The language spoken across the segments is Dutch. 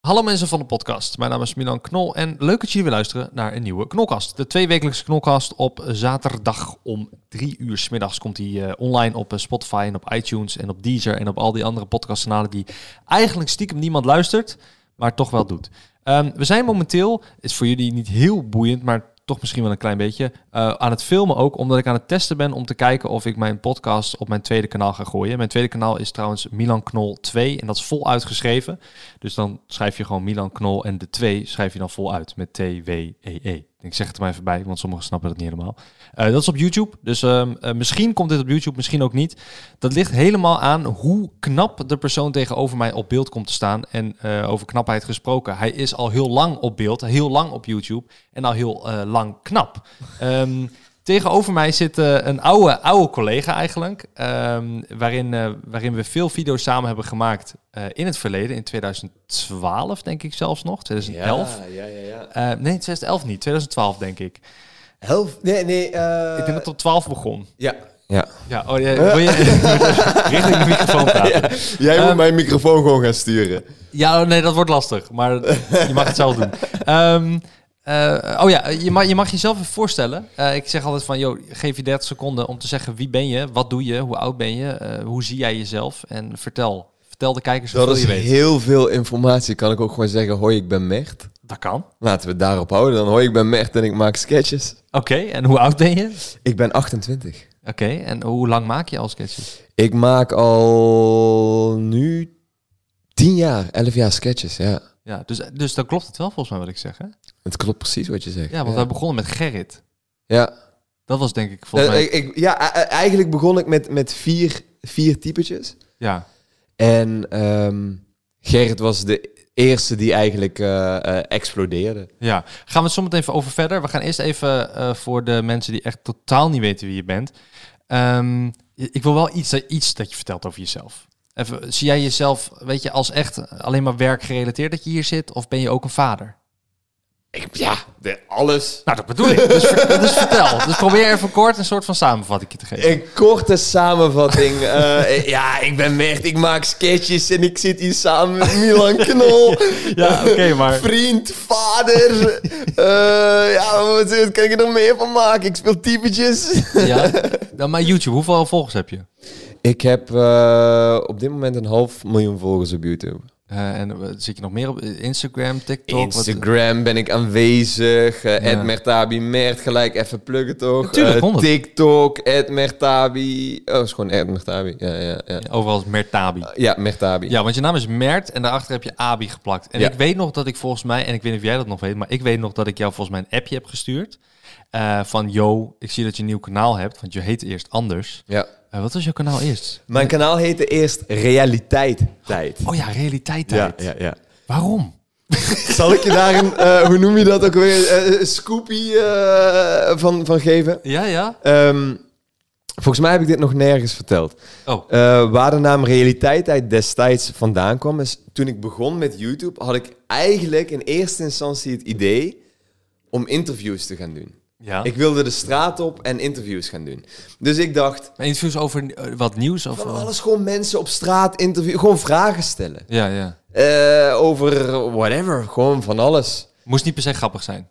Hallo mensen van de podcast, mijn naam is Milan Knol en leuk dat jullie weer luisteren naar een nieuwe Knolkast. De tweewekelijkse Knolkast op zaterdag om drie uur s middags komt die eh, online op eh, Spotify en op iTunes en op Deezer en op al die andere podcastkanalen die eigenlijk stiekem niemand luistert, maar toch wel doet. Ehm, we zijn momenteel, is voor jullie niet heel boeiend, maar toch misschien wel een klein beetje, eh, aan het filmen ook, omdat ik aan het testen ben om te kijken of ik mijn podcast op mijn tweede kanaal ga gooien. Mijn tweede kanaal is trouwens Milan Knol 2 en dat is voluit geschreven. Dus dan schrijf je gewoon Milan Knol en de 2 schrijf je dan voluit met T-W-E-E. E. Ik zeg het er maar even bij, want sommigen snappen dat niet helemaal. Eh, dat is op YouTube, dus ehm, eh, misschien komt dit op YouTube, misschien ook niet. Dat ligt helemaal aan hoe knap de persoon tegenover mij op beeld komt te staan. En eh, over knapheid gesproken, hij is al heel lang op beeld, heel lang op YouTube en al heel eh, lang knap. Ehm, tegenover mij zit eh, een oude, oude collega eigenlijk, ehm, waarin, eh, waarin we veel video's samen hebben gemaakt eh, in het verleden, in 2012 denk ik zelfs nog, 2011. Ja, ja, ja. ja. Eh, nee, 2011 niet, 2012 denk ik. Helft? Nee, nee. eh, ik denk dat het op 12 begon. Ja. ja. Ja, oh, ja, wil je richting de microfoon praten? Jij Ehm, moet mijn microfoon gewoon gaan sturen. Ja, oh, nee, dat wordt lastig. Maar je mag het zelf doen. Ehm, eh, oh ja, je mag, je mag jezelf even voorstellen. Eh, ik zeg altijd van, joh, geef je 30 seconden om te zeggen wie ben je, wat doe je, hoe oud ben je, eh, hoe zie jij jezelf en vertel. Vertel de kijkers Dat wat is je weet. heel veel informatie. Kan ik ook gewoon zeggen, hoi, ik ben Mert. Dat kan. Oké, Laten we het daarop houden. Dan hoi, ik ben Mert en ik maak sketches. en hoe oud ben je? Ik ben 28. Oké, en hoe lang maak je al sketches? Ik maak al nu 10 jaar, 11 jaar sketches, ja. Ja, dus, dus dan klopt het wel volgens mij wat ik zeg, hè? Het klopt precies wat je zegt. Ja, want ja. wij begonnen met Gerrit. Ja. Dat was denk ik volgens mij... Ik, ik- ja, e- e- eigenlijk begon ik met, met vier, vier typetjes. Ja, En ehm, Gerrit was de eerste die eigenlijk eh, eh, explodeerde. Ja, gaan we het zometeen even over verder. We gaan eerst even eh, voor de mensen die echt totaal niet weten wie je bent. Ehm, i- ik wil wel iets, iets dat je vertelt over jezelf. Even, zie jij jezelf, weet je, als echt alleen maar werkgerelateerd dat je hier zit? Of ben je ook een vader? Ik, ja, de- alles. Nou, dat bedoel ik. Dus, ver- dus vertel. Dus probeer even kort een soort van samenvatting te geven. Een korte samenvatting. Eh, ja, ik ben Mert, ik maak sketches en ik zit hier samen met Milan Knol. Eh, Ja, oké, maar- Vriend, vader. Eh, ja, wat, wat kan ik er nog meer van maken? Ik speel typetjes. Ja? Dan maar YouTube, hoeveel volgers heb je? Ik heb eh, op dit moment een half miljoen volgers op YouTube. Eh, en eh, zit je nog meer op Instagram, TikTok? wat- Instagram ben ik aanwezig. eh Ja. Ed Mertabi Mert, gelijk even pluggen toch? Natuurlijk, Eh, 100. TikTok, Ed Mertabi. Oh, is gewoon Ed Mertabi. Ja, ja, ja. Overal is Mertabi. Ja, Mertabi. Ja, want je naam is Mert en daarachter heb je Abi geplakt. En Ja. ik weet nog dat ik volgens mij, en ik weet niet of jij dat nog weet, maar ik weet nog dat ik jou volgens mij een appje heb gestuurd. eh, van, yo, ik zie dat je een nieuw kanaal hebt, want je heet eerst anders. ja. Eh, wat was jouw kanaal eerst? Mijn kanaal heette eerst Realiteit Tijd. Oh ja, Realiteit Ja, Tijd. ja, ja. Waarom? Zal ik je daar een, eh, hoe noem je dat ook weer, eh, scoopie eh, van, van geven? Ja, ja. Ehm, volgens mij heb ik dit nog nergens verteld. Oh, Eh, waar de naam Realiteit Tijd destijds vandaan kwam, is toen ik begon met YouTube, had ik eigenlijk in eerste instantie het idee om interviews te gaan doen. ja. Ik wilde de straat op en interviews gaan doen. Dus ik dacht, Maar interviews over eh, wat nieuws? Of, van alles gewoon mensen op straat interviewen, gewoon vragen stellen. Ja, ja. Eh, over whatever, gewoon van alles. Moest niet per se grappig zijn.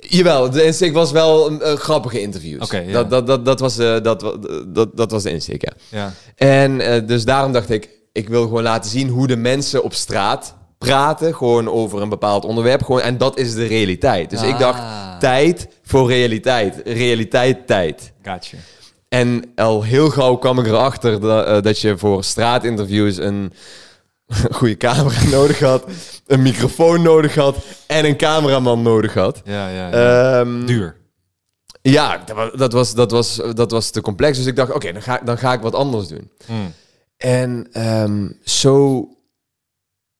Jawel, de insteek was wel een, een grappige interviews. Oké, ja. dat, dat, dat, dat, was, eh, dat, wa- dat, dat was de insteek, ja. Ja. En eh, dus daarom dacht ik, ik wil gewoon laten zien hoe de mensen op straat praten. Gewoon over een bepaald onderwerp. Gewoon, en dat is de realiteit. Dus ik dacht, Ah. tijd voor realiteit. Realiteit, tijd. Gotcha. En al heel gauw kwam ik erachter dat, eh, dat je voor straatinterviews een goede camera nodig had. Een microfoon nodig had. En een cameraman nodig had. Ja, ja. ja. Ehm, Duur. ja, dat wa- dat was, dat, was, eh, dat was te complex. Dus ik dacht, oké, dan, ga, dan ga ik wat anders doen. Hmm. En ehm, zo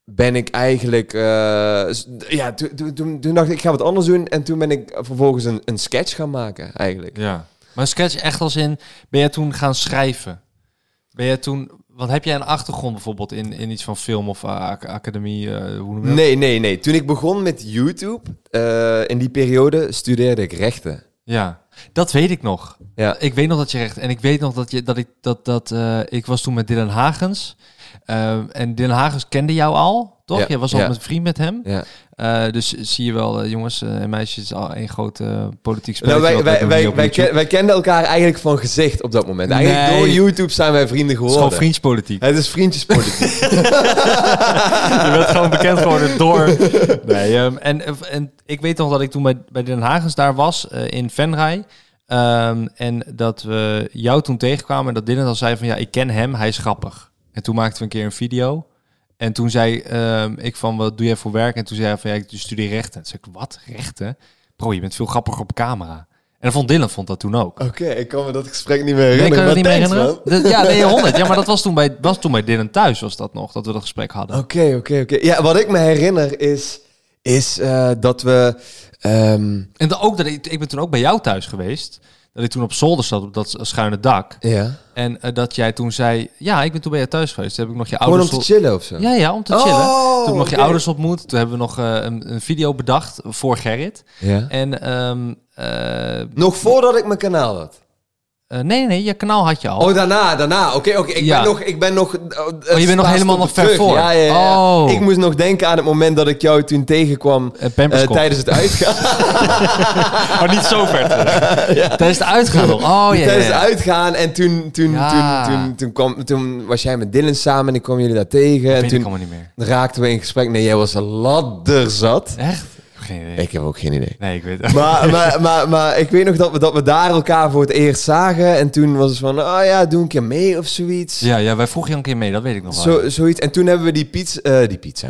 ben ik eigenlijk... eh, s- d- ja, toen- toen- toen toen dacht ik, ik ga wat anders doen. En toen ben ik vervolgens een, een sketch gaan maken, eigenlijk. Ja. Maar sketch echt als in, ben jij toen gaan schrijven? Ben jij toen, want heb jij een achtergrond bijvoorbeeld in, in iets van film of eh, ac- academie? eh, hoe noem je dat? Nee, nee, nee. Toen ik begon met YouTube, eh, in die periode studeerde ik rechten. Ja, dat weet ik nog. Eh, Ja. Ik weet nog dat je recht, en ik weet nog dat je, dat ik, dat, dat, eh, ik was toen met Dylan Hagens. eh, en Dylan Hagens kende jou al. toch? Ja. Jij was al Ja. met vriend met hem. Ja. Eh, dus zie je wel, eh, jongens eh, en meisjes, al één groot eh, politiek spel. Nou, wij, wij, wij, wij, ken- wij kenden elkaar eigenlijk van gezicht op dat moment. Eigenlijk Nee. door YouTube zijn wij vrienden het is gewoon geworden. vriendspolitiek. Het is vriendjespolitiek. Je bent gewoon bekend geworden door. Nee, ehm, en, en ik weet nog dat ik toen bij, bij Den Hagens daar was, eh, in Venray. Ehm, en dat we jou toen tegenkwamen en dat Dylan al zei van ja, ik ken hem, hij is grappig. En toen maakten we een keer een video. En toen zei ehm, ik van wat doe jij voor werk? En toen zei hij van ja, ik studeer rechten. Toen zei ik, wat? Rechten? Bro, je bent veel grappiger op camera. En dat vond Dylan vond dat toen ook. Oké, ik kan me dat gesprek niet meer Nee, ik herinneren. kan je dat maar niet meer thanks, herinneren. man. Dat- Ja, nee, 100. Ja, maar dat was toen bij, was toen bij Dylan thuis, was dat nog, dat we dat gesprek hadden. Oké, oké, oké. Ja, wat ik me herinner is, is eh, dat we... ehm, En dan ook dat ik, ik ben toen ook bij jou thuis geweest. Dat ik toen op zolder zat op dat schuine dak. ja. En eh, dat jij toen zei: Ja, ik ben toen bij jou thuis geweest. Toen heb ik nog je Gewoon om ouders. te chillen of zo. ja, ja, om te Oh, chillen. toen heb ik nog je oké. ouders ontmoet. Toen hebben we nog eh, een, een video bedacht voor Gerrit. Ja. En ehm, eh, eh, Nog voordat ik mijn kanaal had. nee, nee, nee, je kanaal had je al. Oh, daarna, daarna. Oké, oké. ik, Ja. ben nog, ik ben nog... Oh, bent nog helemaal nog ver voor. Ja, ja, ja. Oh. Ik moest nog denken aan het moment dat ik jou toen tegenkwam... Eh, Pampers eh, kocht. tijdens het uitgaan. Maar Oh, niet zo ver terug. Tijdens het uitgaan. al. Oh ja, ja. tijdens het ja. uitgaan. En toen, toen, Ja. toen, toen, toen, kwam, toen was jij met Dylan samen en ik kwam jullie daar tegen. Dat en weet ik toen allemaal niet meer. raakten we in gesprek. Nee, jij was ladderzat. Echt? Geen idee. Ik heb ook geen idee. Nee, ik weet het. Maar, maar, maar, maar ik weet nog dat we, dat we daar elkaar voor het eerst zagen. En toen was het van, ah ja, doe een keer mee of zoiets. Ja, ja, wij vroegen je een keer mee, dat weet ik nog wel. Zo, zoiets. En toen hebben we die pizza, eh, die pizza.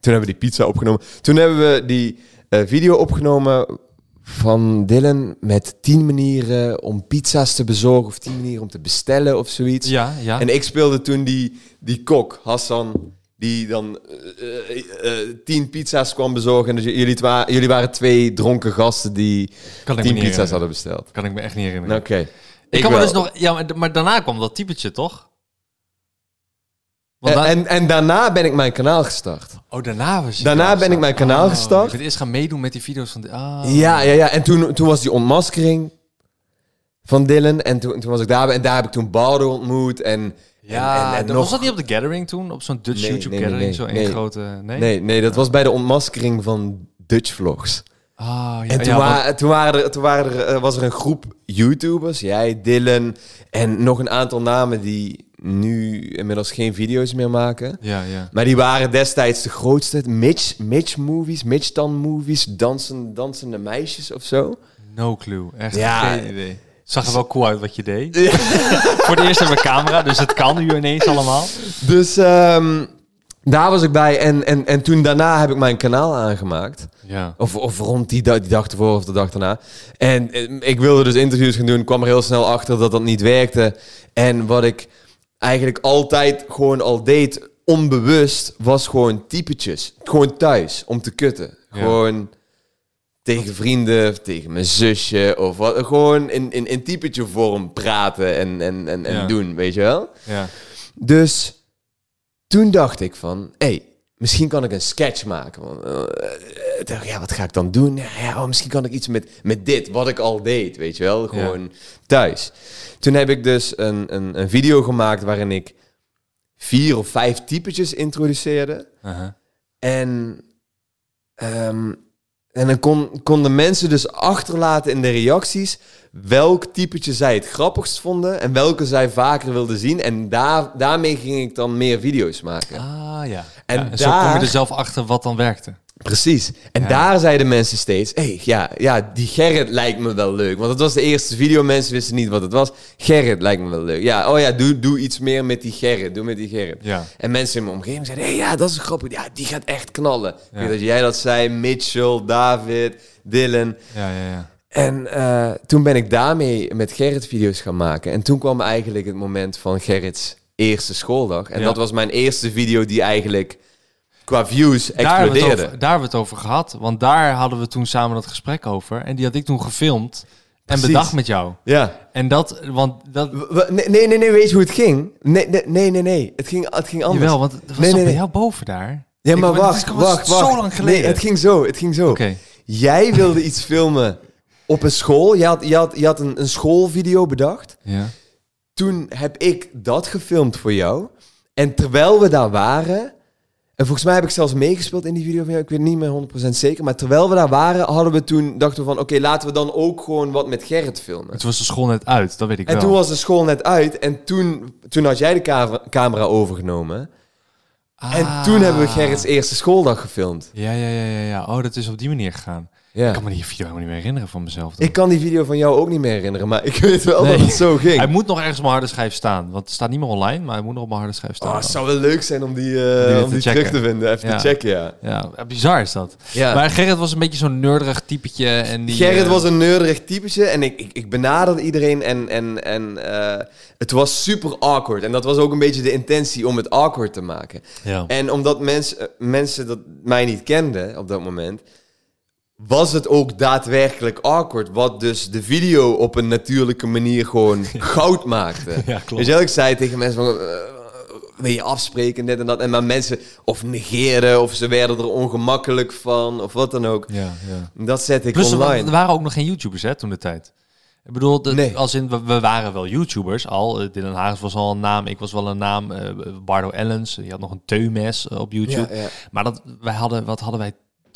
Toen hebben we die pizza opgenomen. Toen hebben we die eh, video opgenomen van Dylan met tien manieren om pizza's te bezorgen of tien manieren om te bestellen of zoiets. Ja, ja. En ik speelde toen die, die kok, Hassan, die dan eh, eh, eh, tien pizza's kwam bezorgen. En dus j- jullie, het wa- jullie waren twee dronken gasten die Kan ik me tien niet herinneren. pizza's hadden Nou, besteld. Kan ik me echt niet herinneren. Oké. Ik kan me wel. dus nog... Ja, maar, d- maar daarna kwam dat typetje, toch? Want En, da- en, en daarna ben ik mijn kanaal gestart. oh, daarna was je Daarna kanaal ben ik gestart. mijn kanaal Oh, gestart. Je bent eerst gaan meedoen met die video's van... de- ah. Ja, ja, ja. En toen, toen was die ontmaskering van Dylan. En toen, toen was ik daar. En daar heb ik toen Bardo ontmoet. En, Ja, en, en, en dat- nog... was dat niet op de Gathering toen? Op zo'n Dutch Nee, YouTube nee, nee, Gathering? nee, zo'n nee. één grote... Nee? Nee, nee, dat was bij de ontmaskering van Dutch Vlogs. Ah, ja, En toen, ja, want- wa- toen, waren er, toen waren er, eh, was er een groep YouTubers. Jij, Dylan en nog een aantal namen die nu inmiddels geen video's meer maken. ja, ja. Maar die waren destijds de grootste. Mitch, Mitch Movies, Mitch Dan Movies, dansen, dansende meisjes of zo. No clue. Echt Ja. geen idee. Zag er wel cool uit wat je deed. Voor het eerst hebben we camera, dus het kan nu ineens allemaal. Dus ehm, daar was ik bij. En, en, en toen daarna heb ik mijn kanaal aangemaakt. Ja. Of, of rond die, da- die dag ervoor of de dag daarna. En eh, ik wilde dus interviews gaan doen. kwam er heel snel achter dat dat niet werkte. En wat ik eigenlijk altijd gewoon al deed, onbewust, was gewoon typetjes. Gewoon thuis, om te kutten. Ja. Gewoon tegen vrienden, of tegen mijn zusje. Of wat, gewoon in, in, in typetje vorm praten en, en, en, en Ja. doen, weet je wel? ja. Dus toen dacht ik van, hé, hey, misschien kan ik een sketch maken. Want, eh, eh, dacht, ja, wat ga ik dan doen? Ja, ja, oh, misschien kan ik iets met, met dit, wat ik al deed, weet je wel, gewoon thuis. Toen heb ik dus een, een, een video gemaakt waarin ik vier of vijf typetjes introduceerde. Aha. En, ehm, en dan kon, konden mensen dus achterlaten in de reacties welk typetje zij het grappigst vonden en welke zij vaker wilden zien. En daar, daarmee ging ik dan meer video's maken. Ah ja. En Ja, zo kom je daar- er zelf achter wat dan werkte. Precies. En daar zeiden mensen steeds, hey, ja, ja, die Gerrit lijkt me wel leuk. Want het was de eerste video, mensen wisten niet wat het was. Gerrit lijkt me wel leuk. Ja, oh ja, doe, doe iets meer met die Gerrit. Doe met die Gerrit. Ja. En mensen in mijn omgeving zeiden, hey, ja, dat is grappig. Ja, die gaat echt knallen. Ik Ja. weet Dat jij dat zei, Mitchell, David, Dylan. Ja, ja, ja. En eh, toen ben ik daarmee met Gerrit video's gaan maken. En toen kwam eigenlijk het moment van Gerrits eerste schooldag. En Ja. dat was mijn eerste video die eigenlijk qua views Daar hebben, we het explodeerde. over, daar hebben we het over gehad. Want daar hadden we toen samen dat gesprek over. En die had ik toen gefilmd en Precies. bedacht met jou. Ja. En dat, want dat. W- w- Nee, nee, nee, nee, weet je hoe het ging? Nee, nee, nee, nee, nee. Het, ging, het ging anders. Jawel, want dat was Nee, toch nee, bij nee. Oh. jou boven daar. ja, Ik- maar dat wacht, is- was wacht, wacht. zo lang geleden. Nee, het ging zo, het ging zo. Oké. Jij wilde iets filmen op een school. Je had, je had, je had een, een schoolvideo bedacht. Ja. Toen heb ik dat gefilmd voor jou. En terwijl we daar waren, En volgens mij heb ik zelfs meegespeeld in die video van jou. Ik weet niet meer 100% zeker. Maar terwijl we daar waren, hadden we toen, dachten we van... Oké, laten we dan ook gewoon wat met Gerrit filmen. Het was de school net uit, dat weet ik En wel. toen was de school net uit. En toen, toen had jij de ka- camera overgenomen. En Ah. toen hebben we Gerrits eerste schooldag gefilmd. Ja, ja, ja, ja, ja. Oh, dat is op die manier gegaan. Ja. Ik kan me die video helemaal niet meer herinneren van mezelf. dan. Ik kan die video van jou ook niet meer herinneren. Maar ik weet wel Nee. dat het zo ging. Hij moet nog ergens op mijn harde schijf staan. Want het staat niet meer online, maar hij moet nog op mijn harde schijf staan. Oh, het zou wel leuk zijn om die, eh, weer om te die checken. terug te vinden. Even Ja. te checken, ja. Ja, bizar is dat. ja. Maar Gerrit was een beetje zo'n nerderig typetje. En die, Gerrit eh, was een neurderig typetje en ik, ik, ik benaderde iedereen en, en, en eh, het was super awkward. En dat was ook een beetje de intentie om het awkward te maken. Ja. Oh. En omdat mens, eh, mensen dat mij niet kenden op dat moment, was het ook daadwerkelijk awkward. Wat dus de video op een natuurlijke manier gewoon goud maakte. Ja, klopt. Weet je wel, ik zei tegen mensen van... eh, wil je afspreken, dit en dat. En maar mensen of negeerden, of ze werden er ongemakkelijk van, of wat dan ook. Ja, ja. Dat zet ik Plus, er wa- online. er waren ook nog geen YouTubers hè, toen de tijd. Ik bedoel, de- Nee. als in, we, we waren wel YouTubers al. Eh, Dylan Hagens was al een naam, ik was wel een naam. eh, Bardo Ellens, die had nog een teumes eh, op YouTube. Ja, ja. Maar dat, wij hadden, wat hadden wij?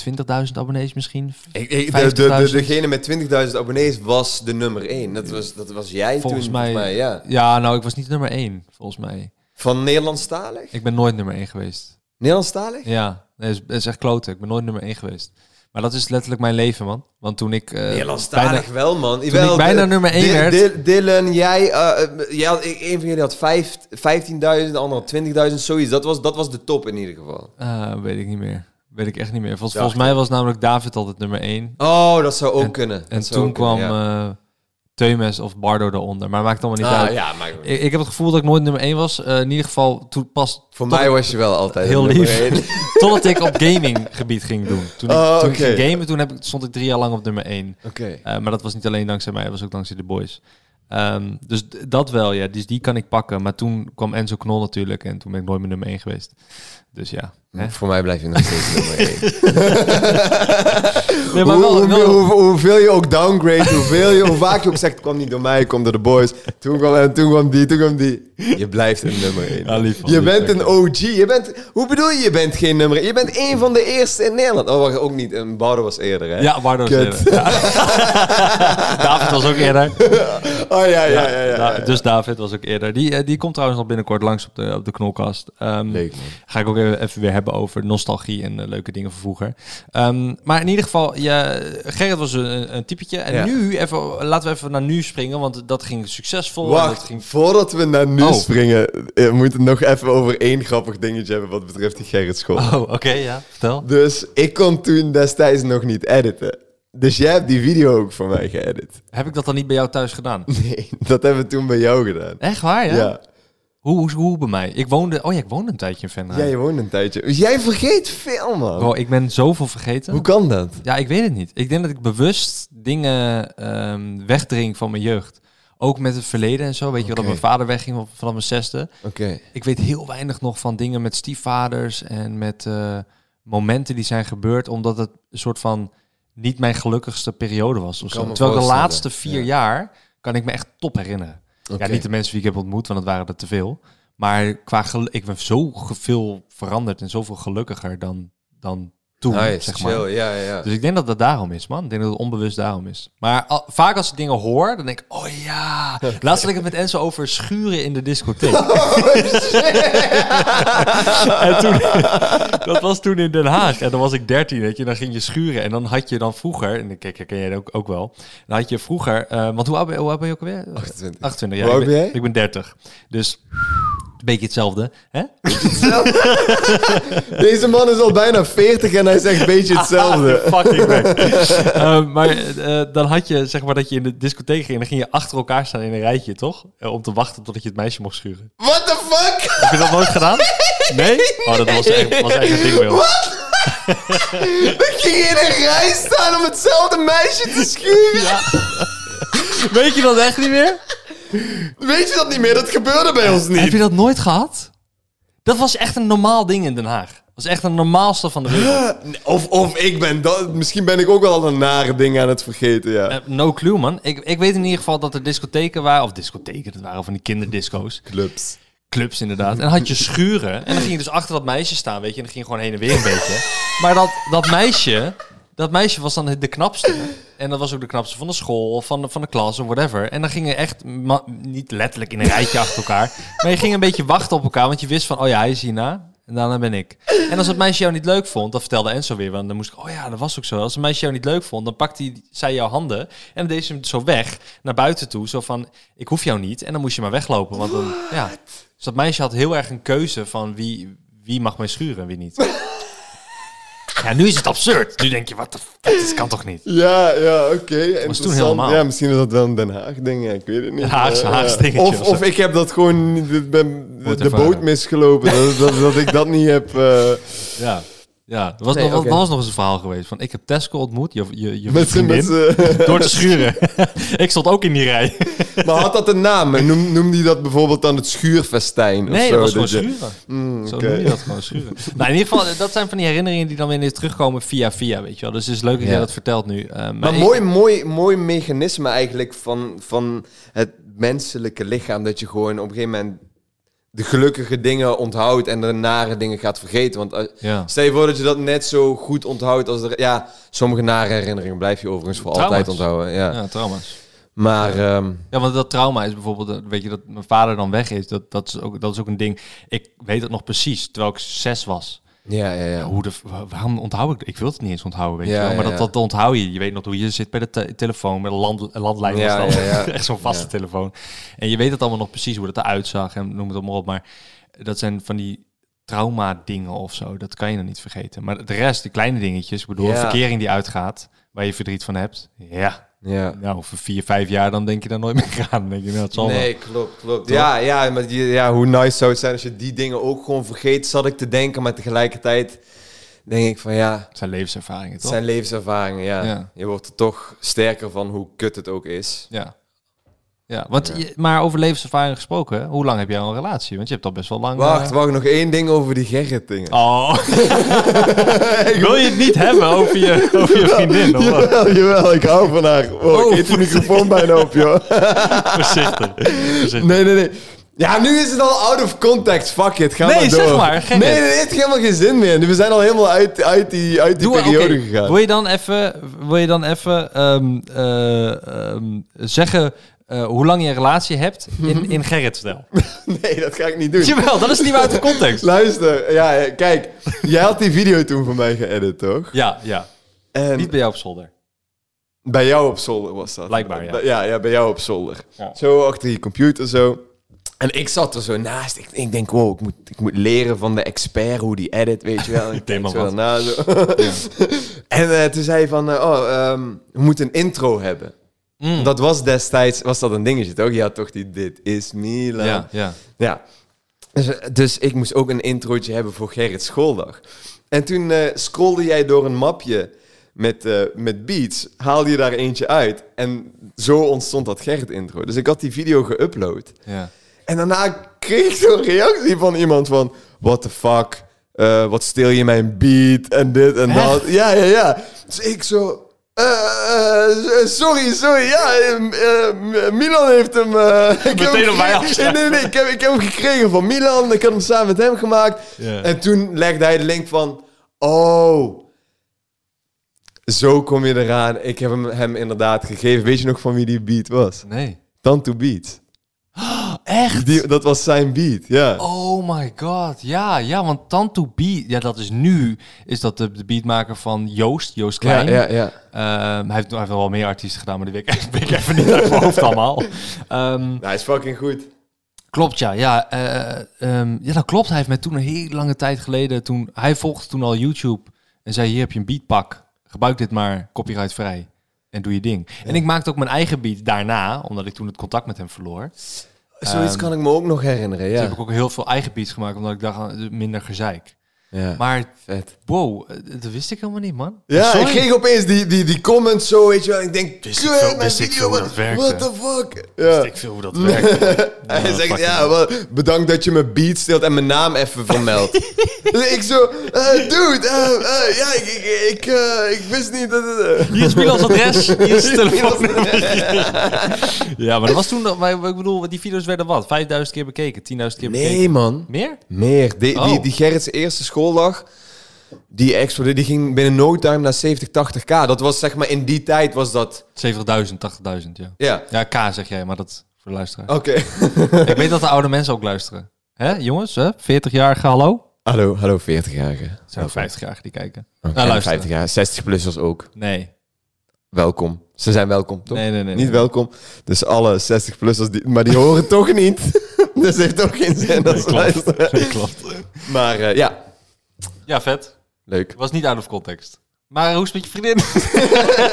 20.000 abonnees misschien? Ik, ik- de, de, de, 50.000? degene met 20.000 abonnees was de nummer 1. Dat was, dat was jij Volgens toen, mij, ja. Ja, nou, ik was niet nummer 1, volgens mij. Van Nederlandstalig? Ik ben nooit nummer 1 geweest. Nederlandstalig? Ja, dat is, dat is echt kloten. Ik ben nooit nummer 1 geweest. Maar dat is letterlijk mijn leven, man. Want toen ik... eh, Nederlandstalig bijna- wel, man. ik bijna nummer één werd. Dylan, jij... eh, eh, jij had, ik- een van jullie had vijf- 15.000, de ander had 20.000, zoiets. Dat was, dat was de top in ieder geval. Ah, weet ik niet meer. Weet ik echt niet meer. Volgens, Ja, volgens mij was namelijk David altijd nummer 1. Oh, dat zou ook kunnen. Dat En zou toen ook kunnen, kwam eh Teumes of Bardo eronder. Maar maakt allemaal niet ja. uit. Ah, ja, maar... Ik, ik heb het gevoel dat ik nooit nummer 1 was. Eh, in ieder geval, toen pas... Voor tot- mij was je wel altijd Heel de nummer lief. één. Totdat ik op gaminggebied ging doen. Toen ik, Oh, toen ik oké. ging gamen, toen heb ik, stond ik drie jaar lang op nummer 1. Oké. Eh, maar dat was niet alleen dankzij mij, dat was ook dankzij de boys. Ehm, dus d- dat wel, ja. Dus die kan ik pakken. Maar toen kwam Enzo Knol natuurlijk en toen ben ik nooit meer nummer 1 geweest. Dus ja. Hè? Voor mij blijf je nog steeds nummer 1. Nee, maar wel, hoe, hoe- wel- hoe- hoeveel je ook downgrade, hoeveel je, hoe vaak je ook zegt, het kwam niet door mij, het kwam door de boys. Toen kwam en toen kwam die, toen kwam die. Je blijft een nummer 1. Ja, lief van je je, bent dank een OG. Je bent, hoe bedoel je, je bent geen nummer 1? Je bent één van de eerste in Nederland. Oh, wacht, ook niet. Een Bouder was eerder, hè? Ja, Bardo was Kut. eerder. Ja. David was ook eerder. Oh, ja, ja, ja. ja, ja. Da- dus David was ook eerder. Die, eh, die komt trouwens nog binnenkort langs op de, op de knolkast. Ehm, Leuk, man. Ga ik ook even, even weer hebben over nostalgie en eh, leuke dingen van vroeger. Ehm, maar in ieder geval, ja, Gerrit was een, een typetje. En Ja. nu, even, laten we even naar nu springen, want dat ging succesvol. en dat Wacht, ging... voordat we naar nu Oh. springen, eh, moeten we nog even over één grappig dingetje hebben wat betreft die Gerrit School. Oh, oké, ja, vertel. Dus ik kon toen destijds nog niet editen. Dus jij hebt die video ook voor mij geëdit. Heb ik dat dan niet bij jou thuis gedaan? Nee, dat hebben we toen bij jou gedaan. Echt waar, ja? Ja. ja. Hoe, hoe, hoe bij mij? Ik woonde, oh ja, ik woonde een tijdje in Venray. je woont een tijdje. Dus Jij vergeet veel, man. Bro, ik ben zoveel vergeten. Hoe kan dat? Oh, Ja, ik weet het niet. Ik denk dat ik bewust dingen ehm wegdring van mijn jeugd. Ook met het verleden en zo. Weet je wel, dat Oké. mijn vader wegging op- vanaf mijn zesde. Oké. Ik weet heel weinig nog van dingen met stiefvaders en met eh, momenten die zijn gebeurd. Omdat het een soort van niet mijn gelukkigste periode was. Of Kan zo. Terwijl me ik de voorstellen, laatste vier ja. jaar kan ik me echt top herinneren. Oké. Ja, niet de mensen die ik heb ontmoet, want dat waren er te veel. Maar qua gelu- ik ben zo ge- veel veranderd en zoveel gelukkiger dan, dan toen. Nice, zeg maar. chill. Ja, ja, ja. Dus ik denk dat dat daarom is, man. Ik denk dat het onbewust daarom is. Maar al- vaak als ik dingen hoor, dan denk ik, oh ja. Laatst had ik het met Enzo over schuren in de discotheek. Oh, en toen, dat was toen in Den Haag. En dan was ik 13, weet je. Dan ging je schuren. En dan had je dan vroeger, en kijk, herken jij dat ook, ook wel. Dan had je vroeger, eh, want hoe oud, ben, hoe oud ben je ook alweer? 28. 28, ja. Hoe oud ik ben jij? Ik ben 30. Dus een beetje hetzelfde, hè? Deze man is al bijna 40 en hij zegt een beetje hetzelfde. Fucking weg. maar eh, dan had je, zeg maar, dat je in de discotheek ging. Dan ging je achter elkaar staan in een rijtje, toch? Eh, om te wachten totdat je het meisje mocht schuren. What the fuck? Heb je dat nooit gedaan? Nee? Oh, dat was echt, was echt een ding bij ons. Ik ging in een rij staan om hetzelfde meisje te schuren. Ja. Weet je dat echt niet meer? Weet je dat niet meer? Dat gebeurde bij ons Heb niet. je dat nooit gehad? Dat was echt een normaal ding in Den Haag. Dat was echt een normaalste van de wereld. Of, of ik ben dat. Misschien ben ik ook wel al een nare ding aan het vergeten, ja. Eh, no clue, man. Ik, ik weet in ieder geval dat er discotheken waren... Of discotheken, dat waren van die kinderdisco's. Clubs. clubs inderdaad. En dan had je schuren. En dan ging je dus achter dat meisje staan, weet je. En dan ging je gewoon heen en weer een beetje. Maar dat, dat meisje... Dat meisje was dan de knapste. En dat was ook de knapste van de school, of van de, van de klas of whatever. En dan gingen echt, ma- niet letterlijk in een rijtje achter elkaar. Maar je ging een beetje wachten op elkaar, want je wist van, oh ja, hij is hierna. En daarna ben ik. En als het meisje jou niet leuk vond, dat vertelde Enzo weer, want dan moest ik, oh ja, dat was ook zo. Als het meisje jou niet leuk vond, dan pakte hij- zij jouw handen en dan deed ze hem zo weg naar buiten toe. Zo van, ik hoef jou niet. En dan moest je maar weglopen. Want dan, ja. Dus dat meisje had heel erg een keuze van wie, wie mag mij schuren en wie niet. Ja, nu is het absurd. Nu denk je, wat de f- dit kan toch niet? Ja, ja, oké. was toen interessant. helemaal. Ja, misschien is dat wel een Den Haag ding. ja, ik weet het niet. Een Haagse- Eh, Haagse eh, dingetje Of, of zo. of ik heb dat gewoon niet- ik ben de, Wordt de ervaren. boot misgelopen. dat, dat, dat ik dat niet heb. eh, Ja. Ja, er was, Nee, nog, oké. er was nog eens een verhaal geweest van ik heb Tesco ontmoet, je, je, je met z'n- vriendin, met eh, z'n- door te schuren. ik stond ook in die rij. maar had dat een naam? Noem, noemde hij dat bijvoorbeeld dan het schuurfestijn? of Nee, zo, dat was gewoon je- schuren. Mm, Zo oké. noem je dat gewoon schuren. nou, in ieder geval, dat zijn van die herinneringen die dan weer terugkomen via via, weet je wel. Dus het is leuk dat jij Ja. dat vertelt nu. Eh, Maar ik- mooi, mooi, mooi mechanisme eigenlijk van, van het menselijke lichaam. Dat je gewoon op een gegeven moment de gelukkige dingen onthoudt en de nare dingen gaat vergeten. Want eh, als- Ja. stel je voor dat je dat net zo goed onthoudt als er... Ja, sommige nare herinneringen blijf je overigens voor Trauma's. altijd onthouden. Ja. ja, trauma's. Maar ehm, Ja, want dat trauma is bijvoorbeeld, eh, weet je, dat mijn vader dan weg is, dat, dat, is, ook, dat is ook een ding. Ik weet dat nog precies, terwijl ik zes was. ja, ja, ja. Hoe de, f- wa- waarom onthoud ik dat? Ik wil het niet eens onthouden, weet Ja, je wel. Maar ja, dat, ja. dat onthoud je. Je weet nog hoe je zit bij de te- telefoon, met een land, een landlijn. was Ja, dat. ja, ja. Echt zo'n vaste Ja. telefoon. En je weet het allemaal nog precies, hoe dat eruit zag en noem het allemaal op. Maar dat zijn van die trauma dingen of zo. Dat kan je dan niet vergeten. Maar de rest, de kleine dingetjes, ik bedoel, Ja. een verkering die uitgaat, waar je verdriet van hebt. Ja, ja. nou, over vier, vijf jaar, dan denk je daar nooit meer aan. Dan denk je, nou, het zal wel. Nee, klopt, klopt. Ja, ja, maar die- ja, hoe nice zou het zijn als je die dingen ook gewoon vergeet, zat ik te denken. Maar tegelijkertijd denk ik van ja... Het zijn levenservaringen, Het toch? zijn levenservaringen, ja. Ja. Je wordt er toch sterker van hoe kut het ook is. Ja. Ja, want Ja. Je, maar over levenservaring gesproken, hoe lang heb jij al een relatie? Want je hebt al best wel lang... Wacht, eh, wacht, nog één ding over die Gerrit-dingen. Oh. Wil je het niet hebben over je, over je vriendin? Of wat? Jawel, jawel, ik hou van haar. Oh, Oh, ik eet die microfoon bijna op, joh. Voorzichtig. Voorzichtig. Nee, nee, nee. Ja, nu is het al out of context. Fuck it, ga Nee, maar door. zeg maar, Gerrit. Nee, nee, het heeft helemaal geen zin meer. We zijn al helemaal uit, uit die, uit die Doe- periode oké, gegaan. Wil je dan even, wil je dan even ehm, eh, ehm, zeggen eh, hoe lang je een relatie hebt in, in Gerrit-stijl? Nee, dat ga ik niet doen. Jawel, dat is niet meer uit de context. Luister, ja, ja, kijk. Jij had die video toen voor mij geëdit, toch? Ja, ja. En... Niet bij jou op zolder. Bij jou op zolder was dat. Blijkbaar, ja. Ja, bij jou op zolder. Ja. Zo achter je computer zo. En ik zat er zo naast. Ik, ik denk, wow, ik moet, ik moet leren van de expert hoe die edit, weet je wel. Ik deed kijk maar zo wat. na, zo. en eh, toen zei hij van, eh, oh, ehm, we moeten een intro hebben. Mm. Dat was destijds, was dat een dingetje toch? Je had toch die, dit is Milan. Ja, ja. Ja. Dus, dus ik moest ook een introotje hebben voor Gerrit Schooldag. En toen eh, scrolde jij door een mapje met, eh, met beats, haalde je daar eentje uit. En zo ontstond dat Gerrit-intro. Dus ik had die video geüpload. ja. En daarna kreeg ik zo'n reactie van iemand van... What the fuck? Eh, wat steel je mijn beat? En dit en dat. Ja, ja, ja. Dus ik zo... eh, eh, sorry, sorry. Ja, ehm, eh, Milan heeft hem... eh, ik heb Meteen hem op mij gekregen- Nee, nee, nee. Ik heb, ik heb hem gekregen van Milan. Ik had hem samen met hem gemaakt. Ja. En toen legde hij de link van... Oh... Zo kom je eraan. Ik heb hem, hem inderdaad gegeven. Weet je nog van wie die beat was? Nee. Tanto Beat. Oh, Echt? Die, dat was zijn beat, ja. Oh my god, ja, ja, want Tantu Beat, ja, dat is nu, is dat de, de beatmaker van Joost, Joost Klein. Ja, ja, ja. Ehm, hij, heeft, hij heeft wel meer artiesten gedaan, maar die weet ik, weet ik even niet uit mijn hoofd allemaal. Ehm, hij is fucking goed. klopt, ja, ja, eh, ehm, ja, dat klopt. Hij heeft mij toen een heel lange tijd geleden, toen, hij volgde toen al YouTube en zei, hier heb je een beatpak, gebruik dit maar, copyrightvrij en doe je ding. En ik maakte ook mijn eigen beat daarna, omdat ik toen het contact met hem verloor. Zoiets Ehm, kan ik me ook nog herinneren, Toen ja. heb ik ook heel veel eigen beats gemaakt, omdat ik dacht, ah, minder gezeik. Ja. Maar Vet. wow, eh, dat wist ik helemaal niet, man. Ja, Sorry. ik kreeg opeens die, die, die comments zo, weet je wel. Ik denk, Wist ik kut, veel- mijn wist ik video, veel hoe what- dat werkte. What the fuck? Ja. Ik veel hoe dat werkt. Hij zegt, fucking ja, wel, bedankt dat je mijn beat steelt en mijn naam even vermeldt. Dus ik zo, eh, dude, eh, eh, ja, ik, ik, ik, eh, ik wist niet dat... het- eh." Hier is Milan's adres, hier is het Milan's telefoonnummer. ja, maar dat was toen... dat- Maar ik bedoel, die video's werden wat? 5000 keer bekeken, 10.000 keer bekeken? nee, man. Meer? Meer. Die, Oh. die, die Gerrits eerste schooldag, die explodeerde, die ging binnen no time naar 70, 80k. Dat was zeg maar, in die tijd was dat... 70.000, 80.000, ja. Ja, Ja, K zeg jij, maar dat is voor de luisteraar. oké. Ik weet dat de oude mensen ook luisteren. Hè, jongens? Hè? 40-jarige, hallo? hallo, hallo 40-jarigen. Het zijn 50-jarigen die kijken. Oh, Nou, en luister. 50-jarigen, 60-plussers ook. Nee. Welkom. Ze zijn welkom, toch? Nee, nee, nee. Niet welkom. Dus alle 60-plussers, die, maar die horen toch niet. Dus heeft ook geen zin als Nee, ze klopt. luisteren. Nee, klopt. Maar eh, ja, Ja, vet. leuk. Was niet out of context. Maar hoe is het met je vriendin?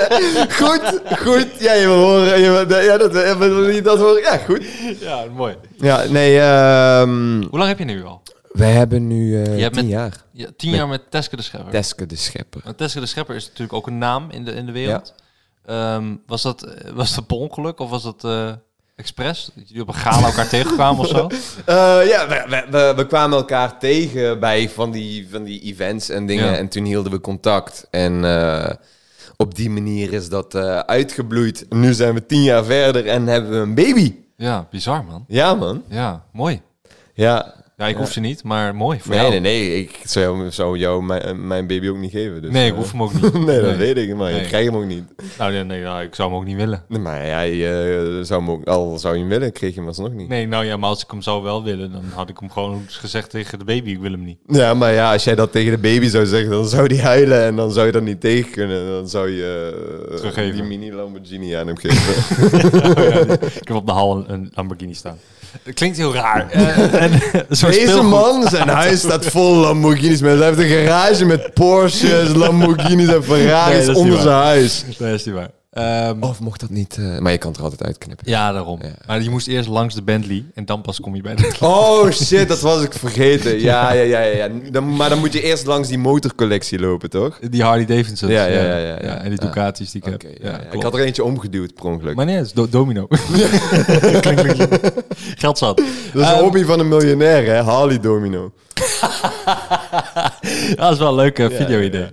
Goed, goed. Ja, je wil horen. Je wil, ja, dat, je wil niet dat horen. Ja, goed. ja, mooi. Ja, nee. ehm, Hoe lang heb je nu al? we hebben nu eh Je hebt tien met- jaar. Ja, tien Met- jaar met Teske de Schepper. Teske de Schepper. Want Teske de Schepper is natuurlijk ook een naam in de, in de wereld. Ehm, was, dat, eh, was dat per ongeluk of was dat eh, expres? Dat jullie op een gala elkaar tegenkwamen of zo? Eh, ja, we, we, we, we kwamen elkaar tegen bij van die, van die events en dingen. Ja. En toen hielden we contact. En eh, op die manier is dat eh, uitgebloeid. Nu zijn we tien jaar verder en hebben we een baby. Ja, bizar man. Ja, man. Ja, mooi. Ja. Ja, ik hoef ze niet, maar mooi voor Nee, jou. nee, nee. Ik zou, zou jou mijn, mijn baby ook niet geven. Dus, Nee, ik eh, hoef hem ook niet. nee, dat weet ik. Maar Nee. je krijgt hem ook niet. Nou, nee, nee, nou, ik zou hem ook niet willen. Nee, Maar jij eh, zou hem ook, al zou je hem willen, kreeg je hem alsnog niet. Nee, nou ja, maar als ik hem zou wel willen, dan had ik hem gewoon gezegd tegen de baby, ik wil hem niet. Ja, maar ja, als jij dat tegen de baby zou zeggen, dan zou die huilen en dan zou je dat niet tegen kunnen. Dan zou je eh, Teruggeven. die mini Lamborghini aan hem geven. Ik heb op de hal een, een Lamborghini staan. Dat klinkt heel raar. Eh, en, een soort Deze speelgoed. man, zijn huis staat vol Lamborghinis. Mensen. Hij heeft een garage met Porsches, Lamborghinis en Nee, Ferraris dat is onder niet zijn huis. Nee, is niet waar. Ehm, Of mocht dat niet... eh, maar je kan het er altijd uitknippen. Ja, daarom. Ja. Maar je moest eerst langs de Bentley en dan pas kom je bij de... Oh shit, dat was ik vergeten. Ja, ja, ja, ja. ja. Dan, maar dan moet je eerst langs die motorcollectie lopen, toch? Die Harley Davidson's. Ja, ja, ja, ja, ja. en die Ja. Ducatis die ik Oké, heb. ja, Ja, ja. Ik klopt. had er eentje omgeduwd per ongeluk. Maar nee, het is do- domino. Klink, klink, klink. Geld zat. dat is een Ehm, hobby van een miljonair, hè? Harley Domino. Dat is wel een leuke Ja, video-idee. ja,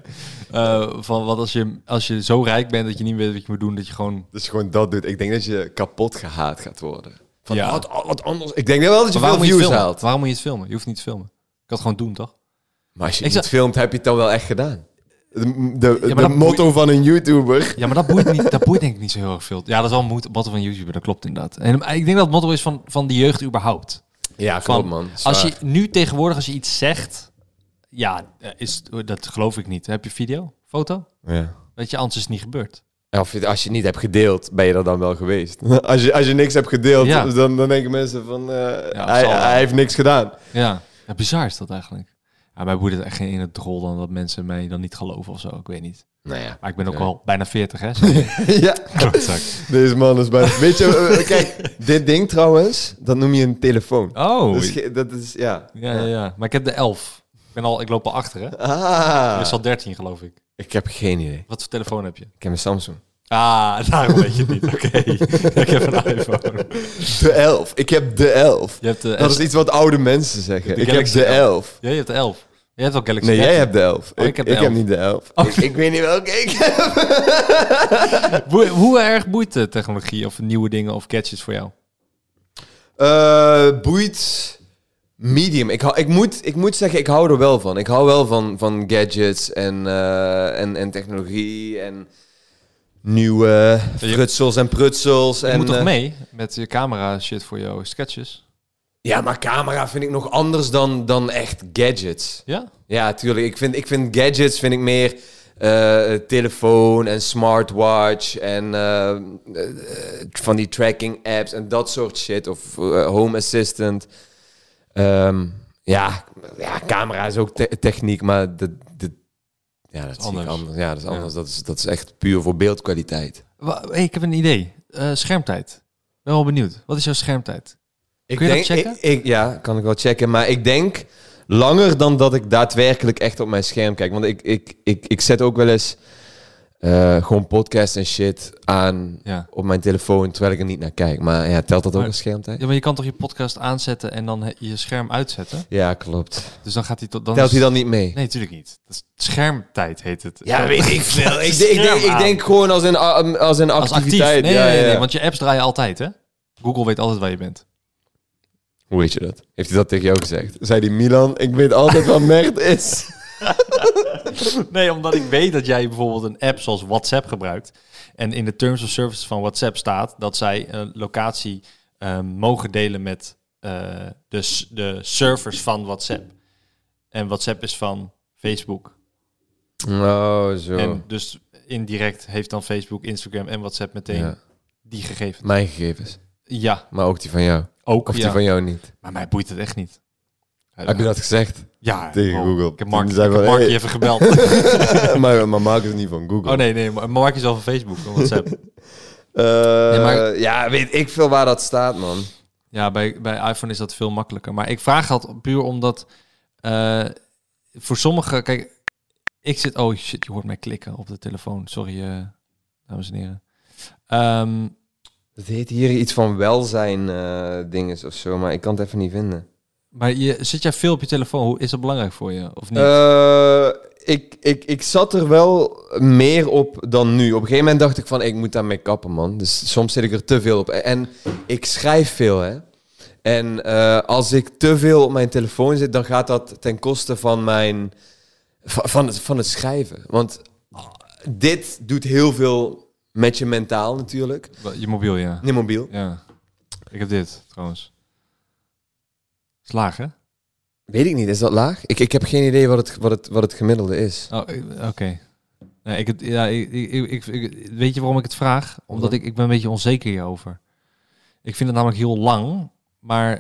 ja. Eh, van wat als je, als je zo rijk bent dat je niet weet wat je moet doen, dat je gewoon... Dus gewoon dat doet. Ik denk dat je kapot gehaat gaat worden. Van Ja. wat, wat anders. Ik denk wel dat je Maar waarom veel moet je, het views filmen? haalt. waarom moet je het filmen? Je hoeft niet te filmen. Ik kan het gewoon doen, toch? Maar als je Ik het niet filmt, heb je het dan wel echt gedaan. De, maar de, de dat motto van een YouTuber. Ja, maar dat boeit, niet, dat boeit denk ik niet zo heel erg veel. Ja, dat is wel een moed- motto van YouTuber, dat klopt inderdaad. En ik denk dat het motto is van, van de jeugd überhaupt. Ja, Van, klopt man. Als je nu tegenwoordig als je iets zegt, ja, eh, is, dat geloof ik niet. Heb je video, foto? Ja. Weet je, anders is het niet gebeurd. En Of je- als je niet hebt gedeeld, ben je er dan wel geweest. Als je, als je niks hebt gedeeld, Ja. dan, dan denken mensen van... eh, Ja, hij, zal wel. hij heeft niks gedaan. Ja, ja bizar is dat eigenlijk. Ja, mij boeit het echt geen ene drol dan dat mensen mij dan niet geloven of zo. Ik weet niet. Nou ja. Maar ik ben ook Ja. al bijna 40, hè? ja. Klootzak. Deze man is bijna... Weet je, eh, kijk, dit ding trouwens, dat noem je een telefoon. Oh, Dus ge- dat is, ja. ja, ja, ja. Maar ik heb de 11. Ik, ben al, ik loop al achter, hè? Ah. Ik is al 13, geloof ik. Ik heb geen idee. Wat voor telefoon heb je? Ik heb een Samsung. Ah, daarom weet je het niet. Oké. ik heb een iPhone. De elf. Ik heb de elf. Je hebt de Dat S- is iets wat oude mensen zeggen. Ik heb Galaxy de elf. Ja, je hebt de 11. Jij hebt wel Galaxy Nee, jij 13. hebt de elf. Oh, ik ik heb ik de heb elf. Oh. niet de elf. Ik, ik weet niet welke ik heb. Hoe, hoe erg boeit de technologie of nieuwe dingen of gadgets voor jou? Eh, boeit medium. Ik, hou- ik, moet, ik moet zeggen, ik hou er wel van. Ik hou wel van, van gadgets en, eh, en, en technologie en nieuwe frutsels en prutsels. Je en, moet eh, toch mee met je camera shit voor jouw sketches? Ja, maar camera vind ik nog anders dan, dan echt gadgets. Ja? Ja, tuurlijk. Ik vind, ik vind gadgets vind ik meer eh, telefoon en smartwatch en eh, eh, van die tracking apps en dat soort shit. Of eh, home assistant. Ehm, ja, ja, camera is ook te- techniek, maar dat, dat, ja, dat, is anders. anders. anders. Ja, dat is anders. Dat, is, dat is echt puur voor beeldkwaliteit. ik heb een idee. Eh, schermtijd. Ik ben wel benieuwd. Wat is jouw schermtijd? Ik Kun je dat checken? Ik, ik- ja, kan ik wel checken. Maar ik denk langer dan dat ik daadwerkelijk echt op mijn scherm kijk. Want ik, ik, ik, ik zet ook wel eens eh, gewoon podcasts en shit aan Ja. op mijn telefoon terwijl ik er niet naar kijk. Maar ja, telt dat ook Maar- als schermtijd? ja, maar je kan toch je podcast aanzetten en dan he- je scherm uitzetten? Ja, klopt. Dus dan gaat hij tot... Dan Telt is- hij dan niet mee? Nee, natuurlijk niet. Dat is schermtijd heet het. Ja, weet ik veel. Ik, denk- ik, Scherm denk, ik aan. denk gewoon als een, a- um, als een Als actief. activiteit. Nee, nee, ja, nee, ja. nee, want je apps draaien altijd, hè? Google weet altijd waar je bent. Hoe weet je dat? Heeft hij dat tegen jou gezegd? Zei die Milan, ik weet altijd wat merd is. Nee, omdat ik weet dat jij bijvoorbeeld een app zoals WhatsApp gebruikt. En in de terms of service van WhatsApp staat dat zij een locatie eh, mogen delen met eh, de, s- de servers van WhatsApp. En WhatsApp is van Facebook. Oh, zo. En dus indirect heeft dan Facebook, Instagram en WhatsApp meteen Ja. die gegevens. Mijn gegevens. Ja, Maar ook die van jou. ook. Of ja. die van jou niet. Maar mij boeit het echt niet. Heb je dat gezegd? Ja, tegen wow. Google? Ik heb Mark, Die zei ik heb van, Mark hey. je even gebeld. maar, maar Mark is niet van Google. oh nee, nee, maar Mark is al van Facebook en WhatsApp. Eh, Nee, maar- Ja, weet ik veel waar dat staat, man. Ja, bij, bij iPhone is dat veel makkelijker. Maar ik vraag dat puur omdat eh, voor sommigen, kijk, ik zit, oh shit, je hoort mij klikken op de telefoon. Sorry, eh, dames en heren. Ehm, Het heet hier iets van welzijn eh dinges of zo, maar ik kan het even niet vinden. maar je, zit jij veel op je telefoon? Hoe is dat belangrijk voor je? Of niet? Eh, ik, ik, ik zat er wel meer op dan nu. Op een gegeven moment dacht ik van, ik moet daarmee kappen, man. Dus soms zit ik er te veel op. En ik schrijf veel, hè. En eh, als ik te veel op mijn telefoon zit, dan gaat dat ten koste van mijn... Van, van, het, van het schrijven. Want dit doet heel veel met je mentaal natuurlijk. je mobiel, ja. Je mobiel. ja. Ik heb dit, trouwens. Slagen? Weet ik niet, is dat laag? Ik, ik heb geen idee wat het, wat, het, wat het gemiddelde is. Oh, eh, oké. Nee, ik, het- ja, ik, ik, ik, ik- weet je waarom ik het vraag? Omdat ik, ik ben een beetje onzeker hierover. Ik vind het namelijk heel lang, maar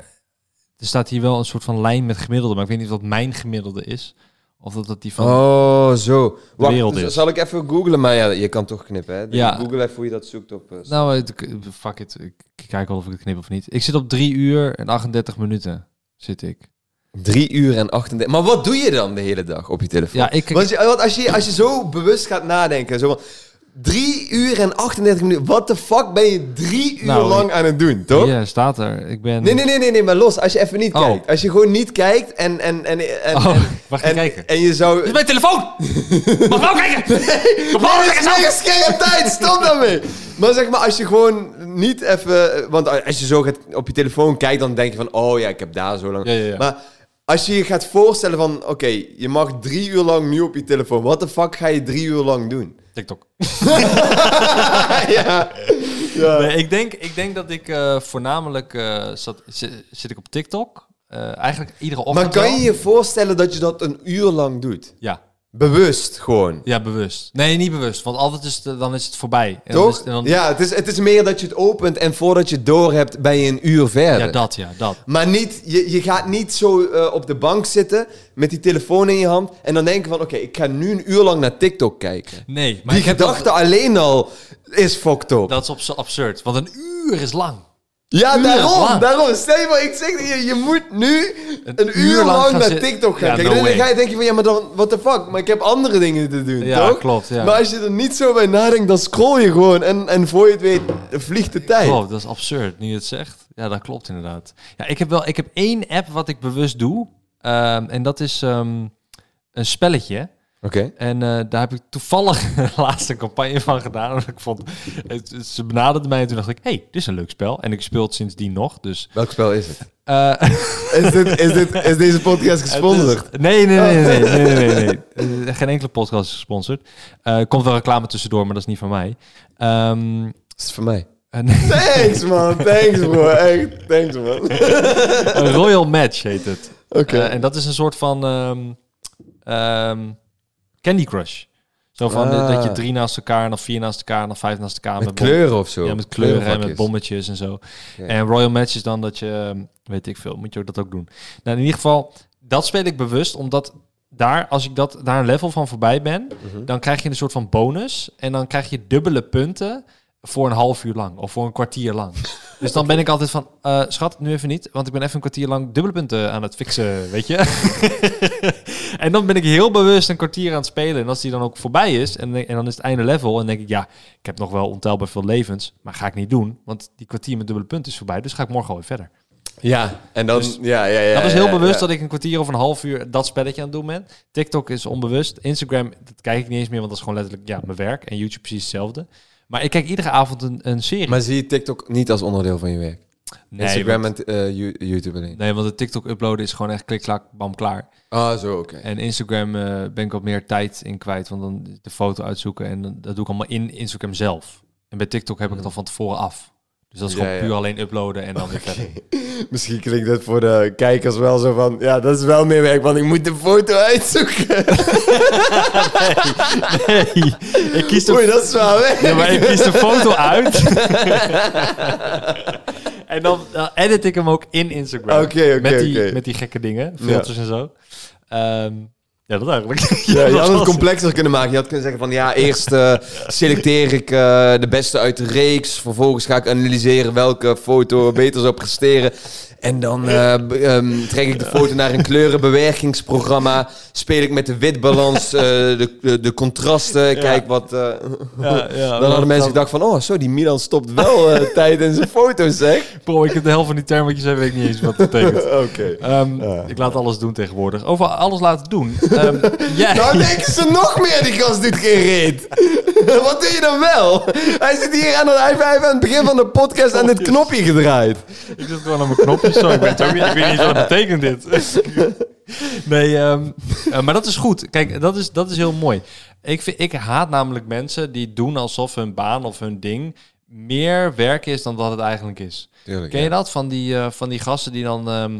er staat hier wel een soort van lijn met gemiddelde. Maar ik weet niet of dat mijn gemiddelde is. Of dat dat die van... Oh, zo. wereld Wacht, is. zal ik even googlen? Maar ja, je kan toch knippen, hè? Ja. Google even hoe je dat zoekt op... eh, Nou, het- fuck it. Ik kijk wel of ik het knip of niet. Ik zit op 3 uur en 38 minuten. Zit ik. Drie uur en 38... Maar wat doe je dan de hele dag op je telefoon? Ja, ik... Want, je- want als, je, als je zo bewust gaat nadenken, zo van... Drie uur en 38 minuten. What the fuck ben je drie uur Nou, lang aan het doen, toch? Ja, staat er. Ik ben... Nee, nee, nee, nee, nee, maar los. Als je even niet Oh. kijkt. Als je gewoon niet kijkt en... en, en, en, Oh, en, mag ik en, kijken? en je zou... is mijn telefoon! Mag wel kijken! Wat is mijn schermtijd? Stop daarmee! Maar zeg maar, als je gewoon niet even... Want als je zo gaat op je telefoon kijkt, dan denk je van... Oh ja, ik heb daar zo lang... Ja, ja, ja. Maar als je je gaat voorstellen van... Oké, je mag drie uur lang nu op je telefoon. Wat de fuck ga je drie uur lang doen? TikTok. ja. ja. Nee, ik, denk, ik denk dat ik eh, voornamelijk eh, zat, zi- zit ik op TikTok. Eh, eigenlijk iedere Maar ochtend. kan wel. je je voorstellen dat je dat een uur lang doet? Ja. Bewust gewoon. ja, bewust. Nee, niet bewust. Want altijd is het, eh, dan is het voorbij. En Dan is, Toch? en dan, ja, Ja, het is, het is meer dat je het opent en voordat je het door hebt, ben je een uur verder. dat, ja, dat. Maar niet, je, je gaat niet zo eh, op de bank zitten met die telefoon in je hand en dan denken van oké, ik ga nu een uur lang naar TikTok kijken. Nee, maar die ik heb gedachte alleen al is fucked up. dat, dat is op, zo absurd. Want een uur is lang. ja, uur daarom, lang. daarom. Stel je maar, ik zeg tegen je, je moet nu een, Een uur, uur lang lang, gaan naar zitten. TikTok gaan Ja, kijken. no En dan way. ga je denken van ja, maar dan, what the fuck, maar ik heb andere dingen te doen, Ja, toch? klopt, ja. Maar als je er niet zo bij nadenkt, dan scroll je gewoon en, en voor je het weet vliegt de tijd. Oh, dat is absurd, nu je het zegt. Ja, dat klopt inderdaad. Ja, ik heb wel ik heb één app wat ik bewust doe. Ehm, en dat is ehm, een spelletje. Oké. En eh, daar heb ik toevallig laatst een campagne van gedaan. Want ik vond, het- het- ze benaderde mij en toen dacht ik, hey, dit is een leuk spel. En ik speel het sindsdien nog. Dus, Welk spel is het? eh, Is, dit, is, dit, is deze podcast gesponsord? het is- nee, nee, nee, nee, nee, nee, nee, nee. Eh, Geen enkele podcast is gesponsord. Eh, Er komt wel reclame tussendoor, maar dat is niet van mij. Ehm, Dat is voor mij. eh, nee, Thanks, man. Thanks, bro. Echt, thanks, man. Oké. een Royal Match heet het. Eh, en dat is een soort van ehm, ehm, Candy Crush. Zo van Ah. dat je drie naast elkaar en dan vier naast elkaar en dan vijf naast elkaar. bom- met kleuren of zo. Ja, met kleuren en met Kleurenvakjes. bommetjes en zo. En Royal Match is dan dat je, ehm, weet ik veel, moet je ook dat ook doen. Nou, in ieder geval, dat speel ik bewust, omdat daar, als ik dat, daar een level van voorbij ben, Mhm. dan krijg je een soort van bonus. En dan krijg je dubbele punten voor een half uur lang of voor een kwartier lang. Dus dan ben ik altijd van, eh, schat, nu even niet, want ik ben even een kwartier lang dubbele punten aan het fixen, weet je. en dan ben ik heel bewust een kwartier aan het spelen. En als die dan ook voorbij is en, en dan is het einde level en denk ik, ja, ik heb nog wel ontelbaar veel levens, maar ga ik niet doen, want die kwartier met dubbele punten is voorbij, dus ga ik morgen alweer verder. Ja, en dan... Dus ja, ja, ja, dat is heel ja, bewust ja. dat ik een kwartier of een half uur dat spelletje aan het doen ben. TikTok is onbewust. Instagram, dat kijk ik niet eens meer, want dat is gewoon letterlijk ja, mijn werk. En YouTube precies hetzelfde. Maar ik kijk iedere avond een, een serie. Maar zie je TikTok niet als onderdeel van je werk? nee, Instagram want, en eh, Yo- YouTube alleen? nee, want het TikTok uploaden is gewoon echt klik, klak, bam, klaar. Ah, zo, oké. En Instagram eh, ben ik wat meer tijd in kwijt, want dan de foto uitzoeken. En dan- dat doe ik allemaal in Instagram zelf. En bij TikTok heb ik het al van tevoren af. Dus dat is Ja, gewoon ja. puur alleen uploaden en dan weer verder. Misschien klinkt dat voor de kijkers wel zo van... Ja, dat is wel meer werk, want ik moet de foto uitzoeken. ik kies toch Oei, dat is wel weg. Ja, maar ik kies de foto uit. en dan, dan edit ik hem ook in Instagram. Oké, oké, met, die- oké. met die gekke dingen, filters en zo. Ehm, ja, dat eigenlijk. Ja, je dat had het was- complexer kunnen maken. Je had kunnen zeggen van ja, eerst eh, selecteer ik eh, de beste uit de reeks. Vervolgens ga ik analyseren welke foto beter zou presteren. En dan eh, b- ehm, trek ik de foto naar een kleurenbewerkingsprogramma. Speel ik met de witbalans, eh, de, de, de contrasten. Kijk wat... eh, Ja, ja, dan hadden mensen Oh, dat- gedacht van, oh zo, die Milan stopt wel eh, tijd in zijn foto's, zeg. Bro, ik heb de helft van die termetjes heb ik niet eens wat het betekent. Oké. Ehm, Ik laat alles doen tegenwoordig. Over alles laten doen. Ehm, jij, Nou denken ze nog meer, die gast doet geen reet. Wat doe je dan wel? Hij zit hier aan het, hij heeft aan het begin van de podcast aan dit knopje gedraaid. Ik zit gewoon aan mijn knopjes. Zo, ik, weet het ook niet, ik weet niet wat het betekent dit. Nee, ehm, eh, maar dat is goed. Kijk, dat is, dat is heel mooi. Ik, vind, ik haat namelijk mensen die doen alsof hun baan of hun ding meer werk is dan wat het eigenlijk is. Tuurlijk, Ken je dat? Van die, eh, van die gasten die dan ehm,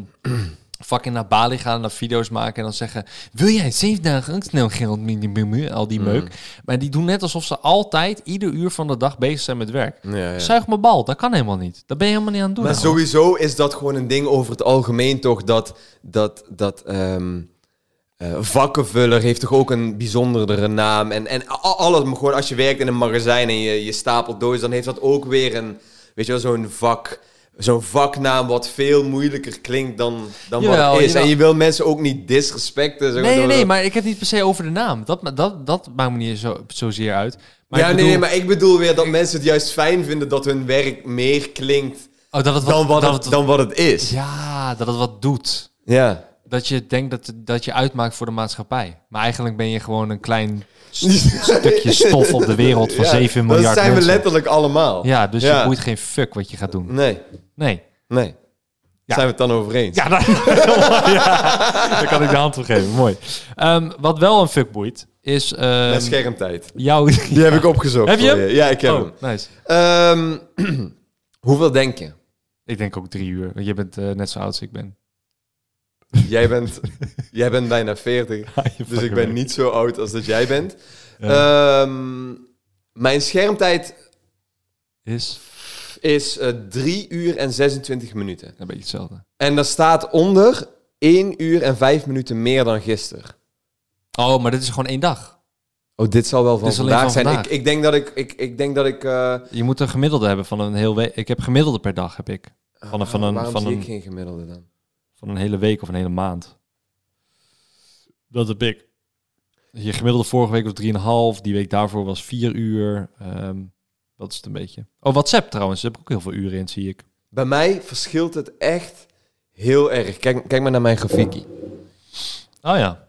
fucking naar Bali gaan en dan video's maken en dan zeggen... Wil jij zeven dagen ook snel geld minimum? Al Mm. die meuk. Maar die doen net alsof ze altijd ieder uur van de dag bezig zijn met werk. Zuig mijn bal, dat kan helemaal niet. Dat ben je helemaal niet aan het doen. Maar ouwe. sowieso is dat gewoon een ding over het algemeen toch, dat, dat, dat ehm, eh, vakkenvuller heeft toch ook een bijzonderdere naam. En, en a- alles, maar gewoon als je werkt in een magazijn en je, je stapelt dozen, dan heeft dat ook weer een, weet je wel, zo'n vak... Zo'n vaknaam wat veel moeilijker klinkt dan, dan wat Jawel, het is. jawel. En je wil mensen ook niet disrespecten. zeg maar, Nee, nee, door- nee, maar ik heb niet per se over de naam. Dat, ma- dat, dat maakt me niet zo, zozeer uit. Maar ja, ik nee, bedoel- nee, maar ik bedoel weer dat mensen het juist fijn vinden dat hun werk meer klinkt Oh, dat het wat, dan wat, dat het, het- dan wat het is. Ja, dat het wat doet. Ja. Dat je denkt dat, dat je uitmaakt voor de maatschappij. Maar eigenlijk ben je gewoon een klein st- stukje stof op de wereld van Ja, 7 miljard Dat zijn we mensen. letterlijk allemaal. Ja, dus Ja. je boeit geen fuck wat je gaat doen. Nee, Nee. nee. Ja. Zijn we het dan over eens? Ja, daar, Ja, daar kan ik de hand op geven. Mooi. Ehm, wat wel een fuck boeit, is ehm, Met schermtijd. jouw... Die heb ik opgezocht. Heb je voor hem? Ja, ik heb hem. Oh, nice. Ehm, hoeveel denk je? Ik denk ook drie uur. Want je bent eh, net zo oud als ik ben. Jij bent, jij bent bijna 40, dus ik ben niet zo oud als dat jij bent. Ehm, mijn schermtijd Is is eh 3 uur en 26 minuten. een beetje hetzelfde. En daar staat onder 1 uur en 5 minuten meer dan gisteren. Oh, maar dit is gewoon één dag. Oh, dit zal wel van Dit is alleen vandaag van zijn. vandaag. Ik, ik denk dat ik. ik, ik denk dat ik eh, Je moet een gemiddelde hebben van een heel week. Ik heb gemiddelde per dag, heb ik. Van een- van een- waarom van zie een- ik geen gemiddelde dan? Van een hele week of een hele maand. Dat heb ik. Je gemiddelde vorige week was drieënhalf. Die week daarvoor was vier uur. Ehm, dat is het een beetje. Oh, WhatsApp trouwens. Daar heb ik ook heel veel uren in, zie ik. Bij mij verschilt het echt heel erg. Kijk, kijk maar naar mijn grafiekje. Oh ja.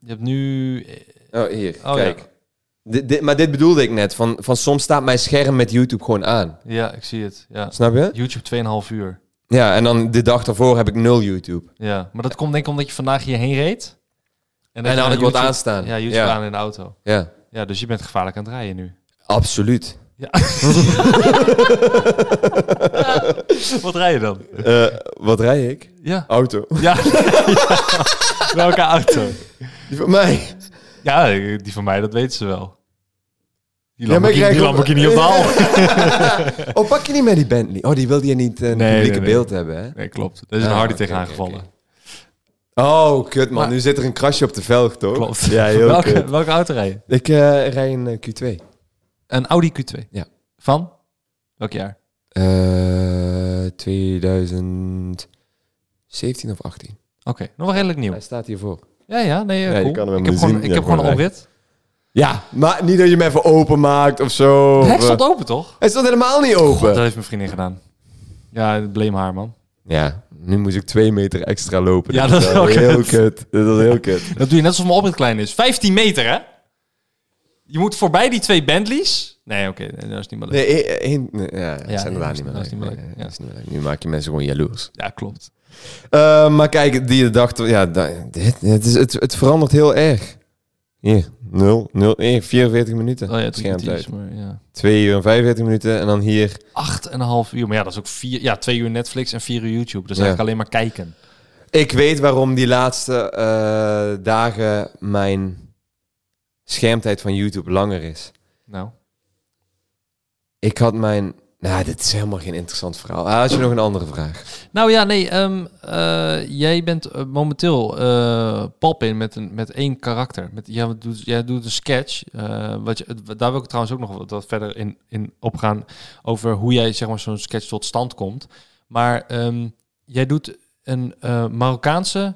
Je hebt nu... eh, Oh, hier. Oh, kijk. ja. Dit- dit- maar dit bedoelde ik net. Van, van soms staat mijn scherm met YouTube gewoon aan. Ja, ik zie het. Ja. Snap je? YouTube 2,5 uur. Ja, en dan de dag daarvoor heb ik nul YouTube. Ja, maar dat komt denk ik omdat je vandaag hierheen reed. dat je En dan naar had ik wat YouTube- aanstaan. Ja, YouTube ja. aan in de auto. ja. Ja, dus je bent gevaarlijk aan het rijden nu. absoluut. Wat rij je dan? Eh, wat rij ik? Ja. Auto. Ja. Welke auto? Die van mij. Ja, die van mij, dat weten ze wel. Die Ja, maar ik Lamborghini, die Lamborghini rijd op- op de hal. Oh, pak je niet met die Bentley? Oh, die wilde je niet eh, in het Nee, publieke nee, nee. beeld hebben, hè? Nee, klopt. Er is een Ah, Hardy oké, tegen oké, aangevallen. Oh, kut man. Maar- Nu zit er een krasje op de velg, toch? Klopt. Ja, heel kut. welke, welke auto rij je? Ik eh, rij een eh, Q2. Een Audi Q2. Ja. Van? Welk jaar? Eh, 2017 of 18. Oké, nog wel redelijk nieuw. Hij staat hiervoor. Ja, ja, nee, eh, Ja, je cool. kan hem ik niet heb gewoon, zien. ik Ja, heb gewoon een gewoon oprit. Ja, maar niet dat je hem even openmaakt of Het zo. hek Of, stond eh, open, toch? Hij stond helemaal niet God, dat open. heeft mijn vriendin gedaan. Ja, blame haar, man. Ja, nu moest ik twee meter extra lopen. Ja, dat is wel heel kut. kut. Dat is heel kut. Dat doe je net alsof mijn oprit klein is. 15 meter, hè? Je moet voorbij die twee Bentleys. Nee, oké, nee, dat is niet meer leuk. Nee, één- één- nee, ja, dat Ja, zijn nee, er dat niet meer is niet meer leuk. leuk, Nee, ja. dat is niet meer leuk. Nu maak je mensen gewoon jaloers. Ja, klopt. Eh, maar kijk, die dacht, ja, da- dit, het, is, het, het verandert heel erg. Hier, 0, 0, 1, 44 minuten. Oh ja, het Schermtijd. is maar ja. 2 uur en 45 minuten. En dan hier. Acht en een half uur. Maar ja, dat is ook vier, ja, twee uur Netflix en vier uur YouTube. Dat is Ja. eigenlijk alleen maar kijken. Ik weet waarom die laatste eh, dagen mijn schermtijd van YouTube langer is. Nou, Ik had mijn... Nou, dit is helemaal geen interessant verhaal. Ah, Had je nog een andere vraag? nou ja, nee. ehm, eh, jij bent eh, momenteel eh Palpin met, een, met één karakter. Met, jij, doet, jij doet een sketch. eh, wat je, het- daar wil ik trouwens ook nog wat, wat verder in, in opgaan. Over hoe jij zeg maar, zo'n sketch tot stand komt. Maar ehm, jij doet een eh, Marokkaanse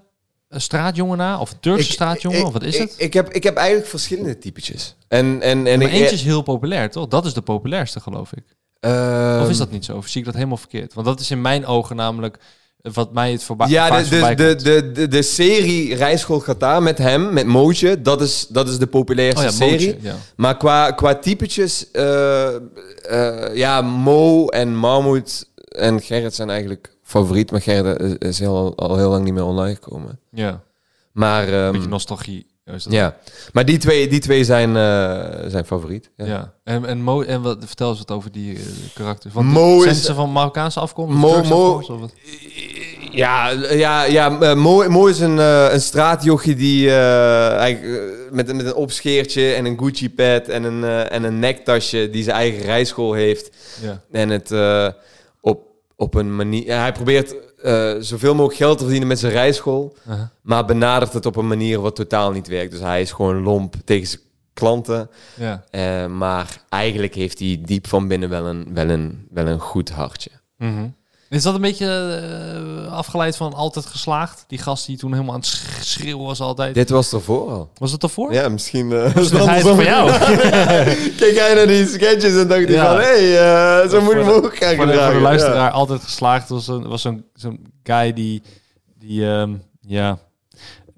eh, straatjongen na. Of een Turkse straatjongen. ik- of wat is ik- het? Ik, heb, ik heb eigenlijk verschillende typetjes. En, en, en maar ik, eentje is heel populair, toch? Dat is de populairste, geloof ik. eh, Of is dat niet zo? Of zie ik dat helemaal verkeerd? Want dat is in mijn ogen namelijk eh, wat mij het voorbij Ja, vaak de, dus voorbij de, de, de, de, de serie Rijschool Qatar met hem, met Mootje, dat is, dat is de komt. populairste oh, ja, serie. Mootje, ja. Maar qua, qua typetjes, eh, eh, ja, Mo en Mahmoud en Gerrit zijn eigenlijk favoriet. Maar Gerrit is, is heel, al heel lang niet meer online gekomen. ja, Maar, ehm, een beetje nostalgie. Is dat ja. maar die twee, die twee zijn, eh, zijn favoriet. Ja. ja. En, en, Mo, en wat, vertel eens wat over die eh, karakters. Want Mo zijn is- ze van Marokkaanse afkomst? Mo- Mo, Turkse Mo- afkomst, of wat? Ja, ja, ja eh, mooi, mooi is een, eh een straatjochie die eh, eigenlijk, eh, met, een- met een opscheertje en een Gucci-pad en een, eh, en een nektasje die zijn eigen rijschool heeft. Ja. En het eh, op, op een manier... ja, hij probeert eh, zoveel mogelijk geld te verdienen met zijn rijschool, Aha. maar benadert het op een manier wat totaal niet werkt. Dus hij is gewoon lomp tegen zijn klanten. ja. eh, maar eigenlijk heeft hij diep van binnen wel een, wel een, wel een goed hartje. Mhm. Mm-hmm. Is dat een beetje eh, afgeleid van altijd geslaagd? Die gast die toen helemaal aan het sch- schreeuwen was altijd. Dit was ervoor al. Was dat daarvoor? Ja, misschien... eh, Dus dat hij het andersom. voor jou. Kijk jij naar die sketches en dacht hij Ja. van... Hé, hey, eh, zo moet je hem ook gaan voor de, voor de gedragen. luisteraar altijd geslaagd was een was zo'n zo'n guy die die ehm, ja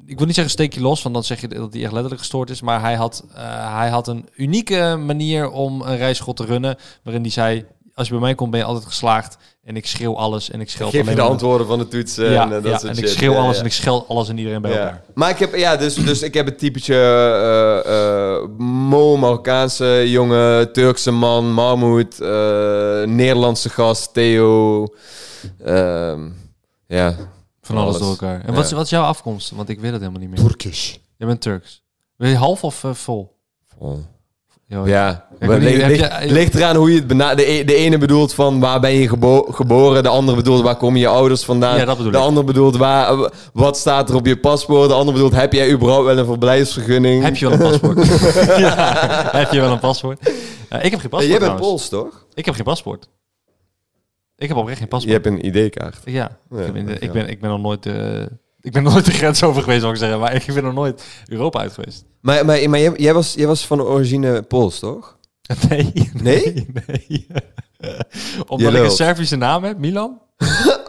ik wil niet zeggen steek je los want dan zeg je dat hij echt letterlijk gestoord is maar hij had eh, hij had een unieke manier om een rijschot te runnen waarin hij zei als je bij mij komt ben je altijd geslaagd en ik schreeuw alles en ik Ja. scheld Geef je alleen de maar- antwoorden van de toets en ja, eh, dat ja, soort en ik shit. schreeuw Ja, alles ja. en ik scheld alles en iedereen bij Ja. elkaar Maar ik heb, ja, dus, dus ik heb het typetje eh, eh, Mo, Marokkaanse jongen, Turkse man, Mahmoud, eh, Nederlandse gast, Theo. ehm, ja. van alles Alles. door elkaar en Ja. wat, is, wat is jouw afkomst want ik weet het helemaal niet meer Turkish. je bent Turks ben je half of eh, vol Ja, Oh, Ja, weet wel, niet, ligt, heb ligt- je- ligt eraan hoe je het benadert. De, e- de ene bedoelt van waar ben je gebo- geboren, de andere bedoelt waar komen je ouders vandaan. Ja, dat bedoel de ik. ander bedoelt waar, w- wat staat er op je paspoort, de ander bedoelt heb jij überhaupt wel een verblijfsvergunning. Heb je wel een paspoort? ja, heb je wel een paspoort? Eh, ik heb geen paspoort. Eh, jij bent trouwens. Pools toch? Ik heb geen paspoort. Ik heb oprecht geen Je paspoort. hebt een ID-kaart. Ja, Ja, ik, heb in de- dat ik ja. ben, ik ben nog nooit. eh, ik ben nog nooit de grens over geweest, zou ik zeggen. Maar ik ben nog nooit Europa uit geweest. Maar, maar, maar jij, jij was, jij was van origine Pools toch? Nee. Nee? nee. Je Omdat ik een lult. Servische naam heb, Milan?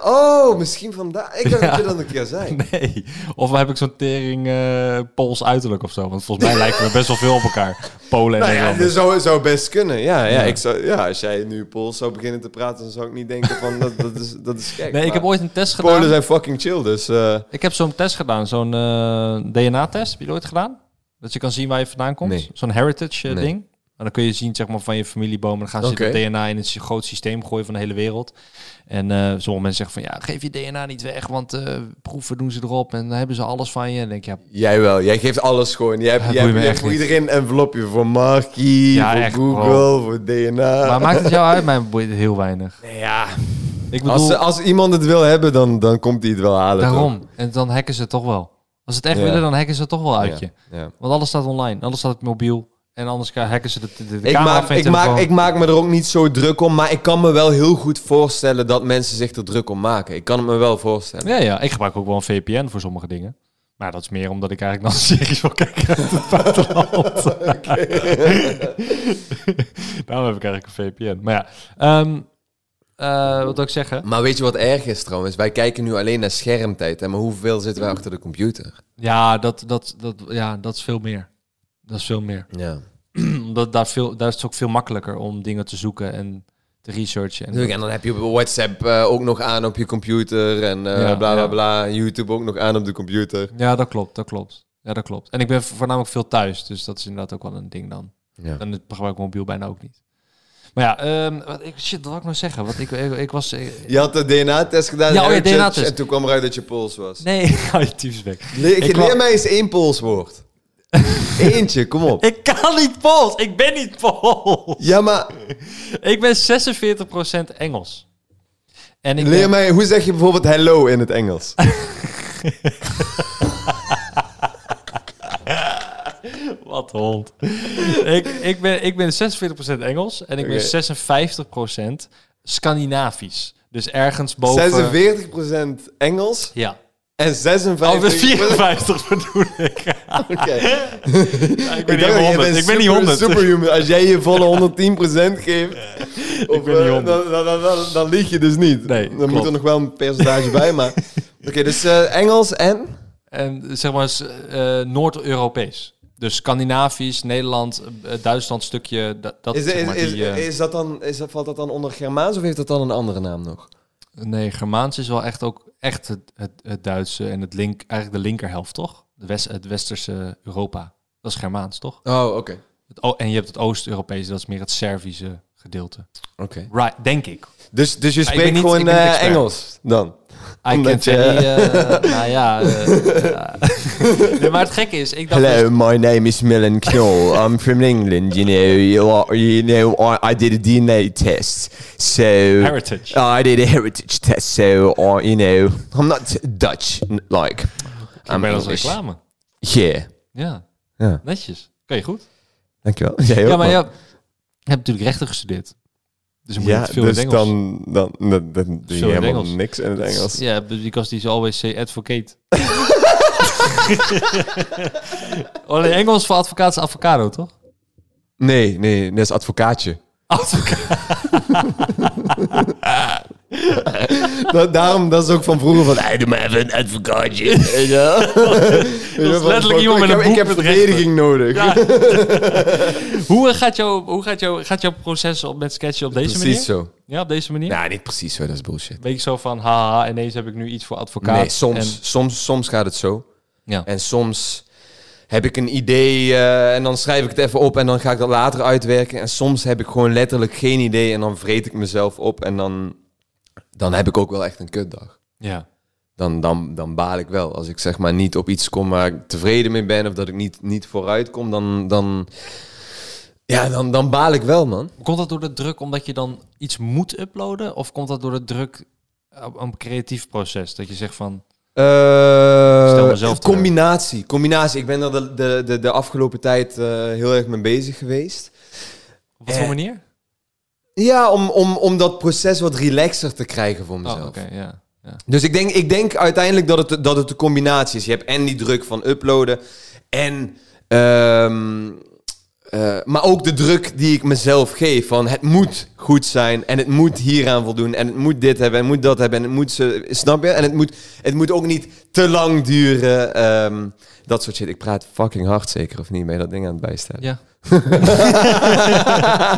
Oh, misschien vandaar. Ik dacht Ja. dat je dat een keer zei. Nee. Of heb ik zo'n tering eh Pools uiterlijk of zo? Want volgens mij lijken we best wel veel op elkaar. Polen en Nou ja, Nederlanders. dat zou, zou best kunnen. Ja, ja, Ja. Ik zou, ja, als jij nu Pools zou beginnen te praten, dan zou ik niet denken van dat, dat, is, dat is gek. Nee, ik maar- heb ooit een test gedaan. dus- Polen zijn fucking chill, dus... eh, Ik heb zo'n test gedaan, zo'n eh, DNA-test. Heb je die ooit gedaan? Dat je kan zien waar je vandaan komt. Nee. Zo'n heritage eh, Nee. ding. En dan kun je zien zeg maar, van je familiebomen. Dan gaan ze Oké. het DNA in een sy- groot systeem gooien van de hele wereld. En eh, sommige mensen zeggen van ja, geef je DNA niet weg, want eh, proeven doen ze erop en dan hebben ze alles van je. En dan denk ik, ja, Jij wel, jij geeft alles gewoon. Jij hebt, Dat jij boeit hebt, me jij echt hebt voor niet. iedereen een envelopje. Voor Markie, Ja, voor echt, Google, bro. voor DNA. maar maakt het jou uit? Mij boeit het heel weinig. Nee, ja, Ik bedoel, als, als iemand het wil hebben, dan, dan komt hij het wel halen. toch? daarom. En dan hacken ze het toch wel. Als ze het echt Ja. willen, dan hacken ze het toch wel uit Ja, je. ja. Want alles staat online, alles staat op mobiel. En anders gaan hacken ze de, de, de Ik camera maak, van je ik, maak, telefoon. ik maak me er ook niet zo druk om, maar ik kan me wel heel goed voorstellen dat mensen zich er druk om maken. Ik kan het me wel voorstellen. Ja, ja, ik gebruik ook wel een VPN voor sommige dingen. Maar dat is meer omdat ik eigenlijk dan series wil kijken uit het buitenland. Daarom heb ik eigenlijk een VPN. Maar ja, ehm, eh, wat wil ik zeggen? Maar weet je wat erg is trouwens? Wij kijken nu alleen naar schermtijd, hè? maar hoeveel zitten wij achter de computer? Ja, dat, dat, dat, ja, dat is veel meer. Dat is veel meer. Ja. Omdat daar, veel, daar is het ook veel makkelijker om dingen te zoeken en te researchen. En En dan heb je WhatsApp eh, ook nog aan op je computer en eh, Ja, bla bla ja. bla. YouTube ook nog aan op de computer. Ja, dat klopt, dat klopt. Ja, dat klopt. En ik ben voornamelijk veel thuis, dus dat is inderdaad ook wel een ding dan. Ja. En het gebruik ik mobiel bijna ook niet. Maar ja, ehm, wat, ik, shit, wat wil ik nou zeggen? Want ik, ik, ik was... eh, ik- Je had de DNA-test gedaan Ja, oh ja, en, DNA -test. en toen kwam eruit dat je pols was. nee, hou je tyfus weg. Le- Ik leer kwam- mij eens één polswoord. Eentje, kom op. Ik kan niet Pools. Ik ben niet Pools. Ja, maar Ik ben 46% Engels. En ik leer ben- mij, hoe zeg je bijvoorbeeld hello in het Engels? Wat een hond. ik, ik, ben, ik ben 46% Engels en ik Oké. ben 56% Scandinavisch. Dus ergens boven... 46% Engels Ja. en 56%... Oh, ik ben 54 bedoel ik. Oké. ik ben Ik niet dacht, jij 100. bent Ik ben niet super- 100. Superhuman. Als jij je volle 110% geeft, ben of, niet eh, 100. Dan, dan, dan, dan, dan lieg je dus niet. Nee, dan klopt. moet er nog wel een percentage bij, maar... Oké, dus eh, Engels en... En zeg maar eens, eh, Noord-Europees. Dus Scandinavisch, Nederland, eh, Duitsland stukje. Dat, dat Is, zeg is, maar is, die, eh, is dat dan, is dat, valt dat dan onder Germaans of heeft dat dan een andere naam nog? Nee, Germaans is wel echt ook echt het, het, het Duitse en het link, eigenlijk de linkerhelft, toch? De west, het westerse Europa. Dat is Germaans, toch? Oh, oké. Het, o- en je hebt het Oost-Europese, dat is meer het Servische gedeelte. Oké. Right, denk ik. Dus, dus je ben spreekt niet- ik gewoon ben niet eh, expert. Engels dan? I Omdat can't je- tell you, eh, nou ja. eh, ja. Nee, maar het gekke is, ik dacht... dus- Hello, my name is Millen Knoll. I'm from England, you know. You, are, you know, I, I did a DNA test. So... dus Heritage. Oh, I did a heritage test, so I, you know, I'm not Dutch, n- like ik I'm ben als English. reclame. Yeah. Ja, Ja. netjes. Oké, goed. Dankjewel. Jij ook, Ja, maar man. ja, je hebt natuurlijk rechten gestudeerd. Dus dan moet je ja, veel dus in het Engels. dan, dan, dan, dan doe je Veel in het helemaal Engels. niks in het Engels. Ja, dus because he's always say advocate. Alleen Engels voor advocaat is avocado, toch? Nee, nee, dat is advocaatje. Advocaat. Dat, daarom, dat is ook van vroeger van, hey, doe maar even een advocaatje. Ja. is letterlijk iemand met een ik heb, boek met Ik heb verdediging nodig. Hoe eh, gaat jouw hoe gaat jouw gaat jouw proces op met sketchen op deze Precies manier? zo. Ja, op deze manier? Nou, niet precies zo, dat is bullshit. Beetje zo van, haha, ineens heb ik nu iets voor advocaat. Nee, soms, En, soms, soms gaat het zo. ja. En soms heb ik een idee eh, en dan schrijf ik het even op en dan ga ik dat later uitwerken. En soms heb ik gewoon letterlijk geen idee en dan vreet ik mezelf op en dan, dan heb ik ook wel echt een kutdag. ja. Dan, dan, dan baal ik wel. Als ik zeg maar niet op iets kom waar ik tevreden mee ben of dat ik niet, niet vooruit kom, dan, dan, ja, dan, dan baal ik wel, man. Komt dat door de druk omdat je dan iets moet uploaden? Of komt dat door de druk op een creatief proces? Dat je zegt van, Eh, Stel mezelf teleur. combinatie, combinatie. Ik ben er de, de, de, de afgelopen tijd eh, heel erg mee bezig geweest. op wat voor Eh, manier? Ja, om, om, om dat proces wat relaxer te krijgen voor mezelf. Oh, oké, ja. ja. Dus ik denk, ik denk uiteindelijk dat het, dat het de combinatie is. Je hebt en die druk van uploaden en... ehm, eh, maar ook de druk die ik mezelf geef van het moet goed zijn en het moet hieraan voldoen en het moet dit hebben en het moet dat hebben en het moet ze, snap je? En het moet, het moet ook niet te lang duren, ehm, dat soort shit. Ik praat fucking hard zeker of niet, ben je dat ding aan het bijstellen? Ja.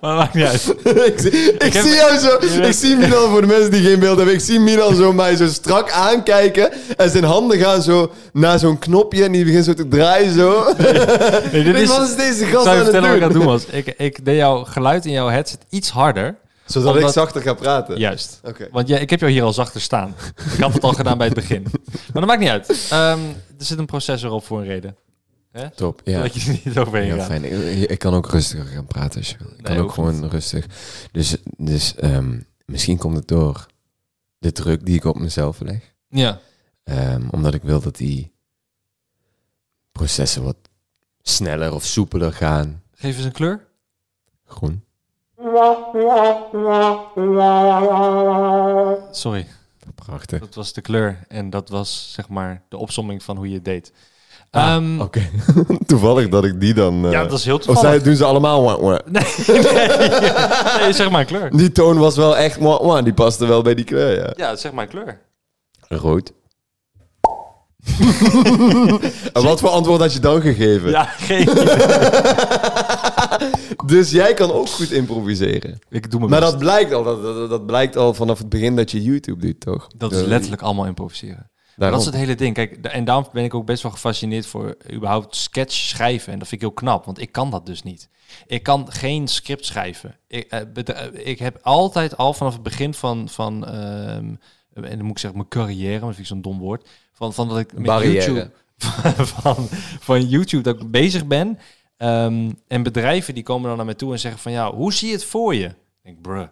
maar maakt niet uit. ik zie, ik heb- zie jou zo. je bent- Ik zie Milan voor de mensen die geen beeld hebben. Ik zie Milan zo mij zo strak aankijken. En zijn handen gaan zo naar zo'n knopje. En die begint zo te draaien zo. Nee, dit Weet is, je, wat is deze ik zou gast je aan het vertellen wat ik aan doen? het doen was. Ik, ik deed jouw geluid in jouw headset iets harder. Zodat Omdat- ik zachter ga praten. Juist. Oké. Want ja, ik heb jou hier al zachter staan. Ik had het al gedaan bij het begin. Maar dat maakt niet uit. Ehm, er zit een processor op voor een reden. Top, Dat je er niet overheen gaat. fijn. Ik, kan ook rustiger gaan praten als je wil. Ik kan Nee, ook hoeft gewoon rustig. Dus, dus misschien komt het door de druk die ik op mezelf leg. Ja. Ehm, omdat ik wil dat die processen wat sneller of soepeler gaan. Geef eens een kleur. Groen. Sorry, Prachtig. dat was de kleur. En dat was zeg maar de opsomming van hoe je het deed. Ah, Ehm, Oké. Toevallig dat ik die dan... eh, Ja, dat is heel Of toevallig. zij, doen ze allemaal wah, wah. Nee, zeg maar een kleur. Die toon was wel echt wah, wah. Die paste wel bij die kleur, ja. Ja, zeg maar een kleur. Rood. en wat voor antwoord had je dan gegeven? Ja, geen idee. Dus jij kan ook goed improviseren. Ik doe mijn Maar best. dat blijkt al, dat, dat, dat blijkt al vanaf het begin dat je YouTube doet, toch? Dat is Eh, letterlijk allemaal improviseren. Maar daarom. Dat is het hele ding. Kijk, da- en daarom ben ik ook best wel gefascineerd voor überhaupt sketch schrijven. En dat vind ik heel knap, want ik kan dat dus niet. Ik kan geen script schrijven. Ik, eh, bed- eh, ik heb altijd al vanaf het begin van, van ehm, en dan moet ik zeggen mijn carrière, maar dat vind ik zo'n dom woord, van, van dat ik met Barrière. YouTube, van, van, van YouTube dat ik bezig ben. Ehm, en bedrijven die komen dan naar mij toe en zeggen van ja, hoe zie je het voor je? Ik denk, bruh,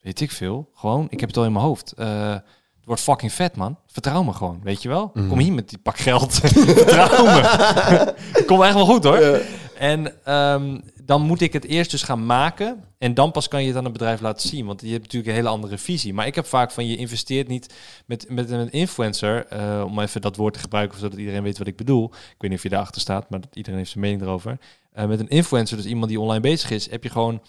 weet ik veel. Gewoon, ik heb het al in mijn hoofd. Eh, het wordt fucking vet, man. Vertrouw me gewoon, weet je wel? Kom hier met die pak geld. Vertrouw me. Komt echt wel goed, hoor. En ehm, dan moet ik het eerst dus gaan maken. En dan pas kan je het aan het bedrijf laten zien. Want je hebt natuurlijk een hele andere visie. Maar ik heb vaak van, je investeert niet met, met een influencer. eh, om even dat woord te gebruiken, zodat iedereen weet wat ik bedoel. Ik weet niet of je daarachter staat, maar dat- iedereen heeft zijn mening erover. Eh, met een influencer, dus iemand die online bezig is, heb je gewoon...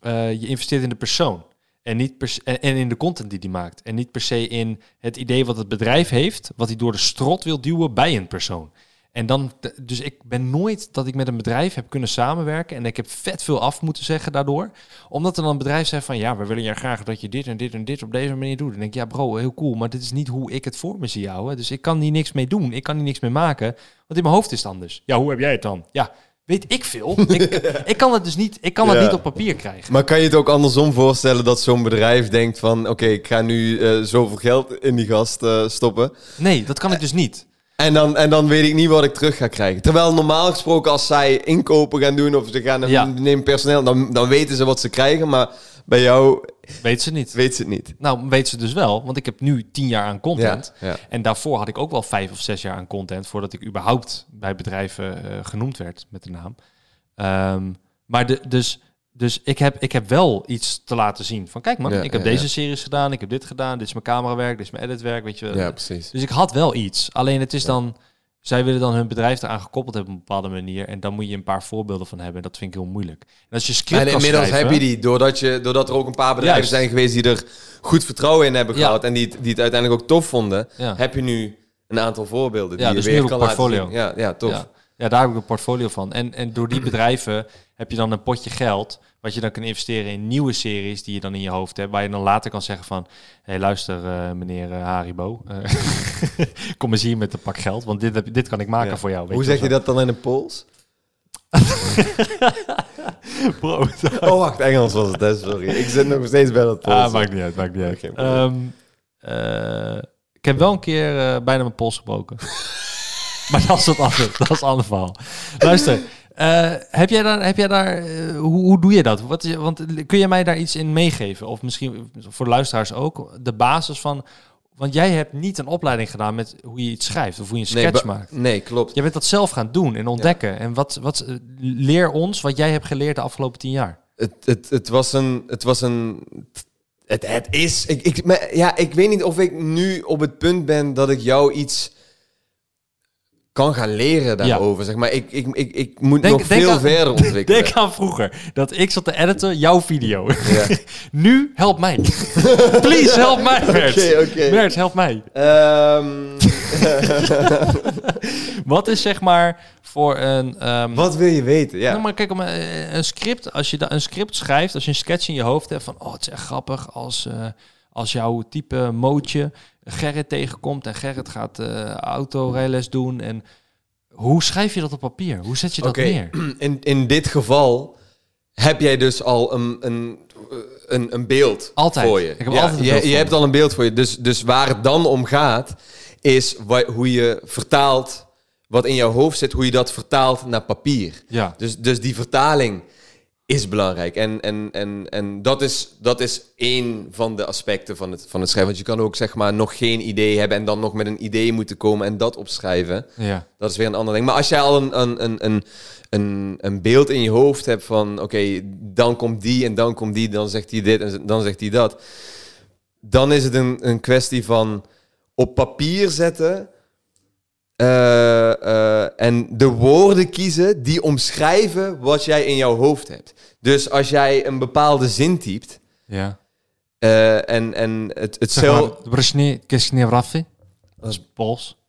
eh, je investeert in de persoon. En, niet per se- en en in de content die die maakt. En niet per se in het idee wat het bedrijf heeft, wat hij door de strot wil duwen bij een persoon. En dan, t- dus ik ben nooit dat ik met een bedrijf heb kunnen samenwerken. En ik heb vet veel af moeten zeggen daardoor. Omdat er dan een bedrijf zegt van ja, we willen je graag dat je dit en dit en dit op deze manier doet. En ik denk ja, bro, heel cool. Maar dit is niet hoe ik het voor me zie houden. Dus ik kan hier niks mee doen. Ik kan hier niks mee maken. Want in mijn hoofd is het anders. Ja, hoe heb jij het dan? Ja, weet ik veel. ik, ik kan het dus niet. Ik kan het Ja. niet op papier krijgen. Maar kan je het ook andersom voorstellen dat zo'n bedrijf denkt van... Oké, ik ga nu eh, zoveel geld in die gast eh, stoppen. Nee, dat Eh, kan ik dus niet. En dan, en dan weet ik niet wat ik terug ga krijgen. Terwijl normaal gesproken als zij inkopen gaan doen of ze gaan Ja. nemen personeel... Dan, dan weten ze wat ze krijgen, maar bij jou Weet ze niet. weet ze het niet. Nou, weet ze dus wel, want ik heb nu tien jaar aan Ja, content. ja. En daarvoor had ik ook wel vijf of zes jaar aan content voordat ik überhaupt bij bedrijven eh, genoemd werd met de naam. Ehm, maar de, dus, dus ik, heb, ik heb wel iets te laten zien. Van kijk man, Ja, ik heb ja, deze ja. series gedaan, ik heb dit gedaan, dit is mijn camerawerk, dit is mijn editwerk, weet je. wel. Ja, precies. Dus ik had wel iets. Alleen het is dan, zij willen dan hun bedrijf eraan gekoppeld hebben op een bepaalde manier. En dan moet je een paar voorbeelden van hebben. En dat vind ik heel moeilijk. En als je script En kan inmiddels schrijven- heb je die, doordat, je, doordat er ook een paar bedrijven Juist. zijn geweest die er goed vertrouwen in hebben Ja. gehad en die, het- die het uiteindelijk ook tof vonden, Ja. heb je nu een aantal voorbeelden Ja, die dus je weer nu ook kan laten portfolio. zien. Ja, ja, tof. Ja. ja, daar heb ik een portfolio van. En, en door die bedrijven heb je dan een potje geld... wat je dan kan investeren in nieuwe series die je dan in je hoofd hebt... waar je dan later kan zeggen van... hé, hey, luister eh, meneer eh, Haribo... eh, kom eens hier met een pak geld... want dit, heb, dit kan ik maken Ja. voor jou. weet Hoe zeg je dat dan in het Pools? wel. Bro, Oh, wacht, Engels was het, hè, sorry. Ik zit nog steeds bij dat Pools. Ah, maakt niet uit, maakt niet uit. Geen probleem. Ehm, eh, ik heb wel een keer eh, bijna mijn pols gebroken. maar dat is wat anders. Dat is een ander verhaal. Luister, eh, heb jij daar, heb jij daar eh, hoe, hoe doe je dat? Wat is, want eh, kun je mij daar iets in meegeven? Of misschien voor de luisteraars ook, de basis van... Want jij hebt niet een opleiding gedaan met hoe je iets schrijft of hoe je een nee, sketch ba- maakt. Nee, klopt. Jij bent dat zelf gaan doen en ontdekken. En wat, wat, eh, leer ons wat jij hebt geleerd de afgelopen tien jaar. Het, het, het was een... Het was een het, het is... Ik, ik, maar, ja, ik weet niet of ik nu op het punt ben dat ik jou iets kan gaan leren daarover. Zeg maar, ik, ik, ik, ik moet Denk- nog denk veel aan- verder ontwikkelen. Denk aan vroeger dat ik zat te editen jouw video. Ja. Nu help mij. Please help mij, Bert. Oké, oké. Bert, help mij. Ehm, Wat is zeg maar voor een. ehm, wat wil je weten? Ja. Nou, maar kijk, om, eh, een script, als je da- een script schrijft, als je een sketch in je hoofd hebt van, oh, het is echt grappig als, eh, als jouw type mootje Gerrit tegenkomt en Gerrit gaat eh autorijles doen. En hoe schrijf je dat op papier? Hoe zet je dat Oké, neer? in, in dit geval heb jij dus al een, een, een, een beeld Altijd. voor je. Ik heb altijd een je, beeld je voor hebt al een beeld voor je. Dus, dus waar het dan om gaat, is wa- hoe je vertaalt wat in jouw hoofd zit, hoe je dat vertaalt naar papier. Ja. Dus, dus die vertaling is belangrijk. En, en, en, en dat, is, dat is één van de aspecten van het, van het schrijven. Want je kan ook zeg maar nog geen idee hebben en dan nog met een idee moeten komen en dat opschrijven. Ja. Dat is weer een ander ding. Maar als jij al een, een, een, een, een, een beeld in je hoofd hebt van... oké, dan komt die en dan komt die, dan zegt hij dit en dan zegt hij dat... dan is het een, een kwestie van op papier zetten... eh, eh, en de woorden kiezen die omschrijven wat jij in jouw hoofd hebt. Dus als jij een bepaalde zin typt... Ja. eh, en, en het, het Zeg cel... maar, Brezhne Kishnevrafi. Dat is Pools.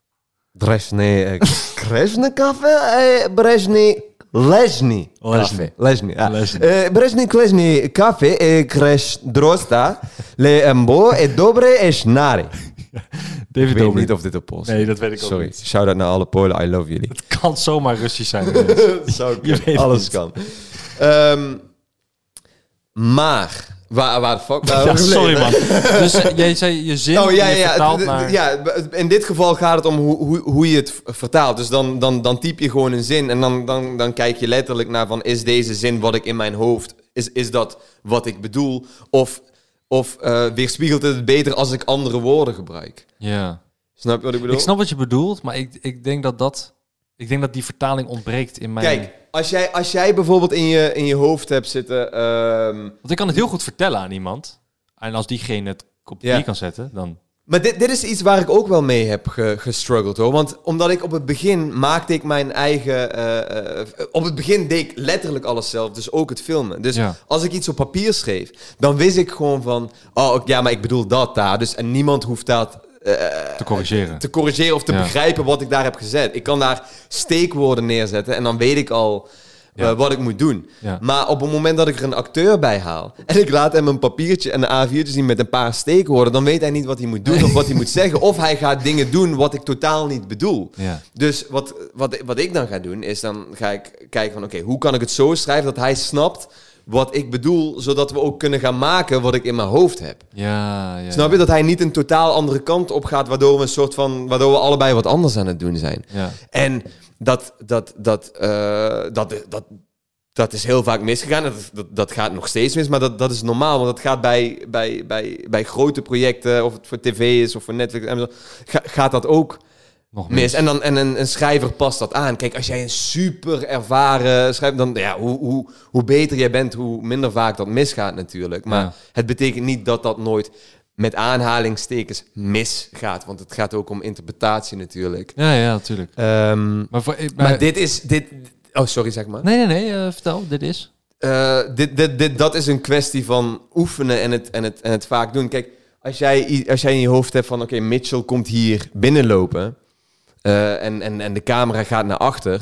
Dresne Kresne eh, kafe, eh, Bresne Lesni. Lesni. Lesni, ja. Lesni. Eh, Bresni Klesni kafe, eh, Kres Drosta, Le Embo, e Dobre e Snari. David Ik weet Dobrik. niet of dit op Pools Nee, dat weet ik ook Sorry, niet. shout out naar alle Polen, I love jullie. Het kan zomaar Russisch zijn. inderdaad. Zou Je weet het alles niet. kan. Ehm, maar, waar, waar de fuck waren we ja, gebleven? sorry man. Dus eh, jij zei je zin Oh ja, en je ja, vertaalt d- d- naar... ja. b- In dit geval gaat het om hoe, hoe, hoe je het v- vertaalt. Dus dan, dan, dan typ je gewoon een zin en dan, dan, dan kijk je letterlijk naar van is deze zin wat ik in mijn hoofd is, is dat wat ik bedoel of, of eh, weerspiegelt het het beter als ik andere woorden gebruik. ja. Snap je wat ik bedoel? Ik snap wat je bedoelt, maar ik, ik denk dat dat... Ik denk dat die vertaling ontbreekt in mijn... Kijk, als jij, als jij bijvoorbeeld in je, in je hoofd hebt zitten. ehm, Want ik kan het heel goed vertellen aan iemand. En als diegene het op die Ja. kan zetten, dan... Maar dit, dit is iets waar ik ook wel mee heb ge- gestruggeld hoor. Want omdat ik op het begin maakte ik mijn eigen. eh, eh, op het begin deed ik letterlijk alles zelf, dus ook het filmen. Dus Ja. als ik iets op papier schreef, dan wist ik gewoon van. Oh ja, maar ik bedoel dat daar. Dus en niemand hoeft dat eh, Te corrigeren. te corrigeren of te Ja. begrijpen wat ik daar heb gezet. Ik kan daar steekwoorden neerzetten en dan weet ik al eh, Ja. wat ik moet doen. Ja. Maar op het moment dat ik er een acteur bij haal en ik laat hem een papiertje en een A4'tje zien met een paar steekwoorden, dan weet hij niet wat hij moet doen of wat hij moet zeggen. Of hij gaat dingen doen wat ik totaal niet bedoel. Ja. Dus wat, wat, wat ik dan ga doen, is dan ga ik kijken van oké, hoe kan ik het zo schrijven dat hij snapt wat ik bedoel, zodat we ook kunnen gaan maken wat ik in mijn hoofd heb. Ja, ja. Snap je dat hij niet een totaal andere kant op gaat, waardoor we een soort van, waardoor we allebei wat anders aan het doen zijn. Ja. En dat, dat, dat, eh, dat, dat, dat is heel vaak misgegaan. Dat, dat, dat gaat nog steeds mis, maar dat, dat is normaal. Want dat gaat bij, bij, bij, bij grote projecten, of het voor tv is of voor Netflix, Amazon, ga- gaat dat ook Nog meer. mis. En, dan, en een, een schrijver past dat aan. Kijk, als jij een super ervaren schrijver... Dan, ja, hoe, hoe, hoe beter jij bent, hoe minder vaak dat misgaat natuurlijk. Maar Ja. het betekent niet dat dat nooit met aanhalingstekens misgaat. Want het gaat ook om interpretatie natuurlijk. Ja, ja, natuurlijk. Ehm, Maar, voor, eh, maar maar- dit is... Dit, oh, sorry, zeg maar. Nee, nee, nee. eh, vertel, dit is... Eh, dit, dit, dit, dat is een kwestie van oefenen en het, en het, en het vaak doen. Kijk, als jij, i- als jij in je hoofd hebt van... oké, Mitchell komt hier binnenlopen... eh, en, en, en de camera gaat naar achter...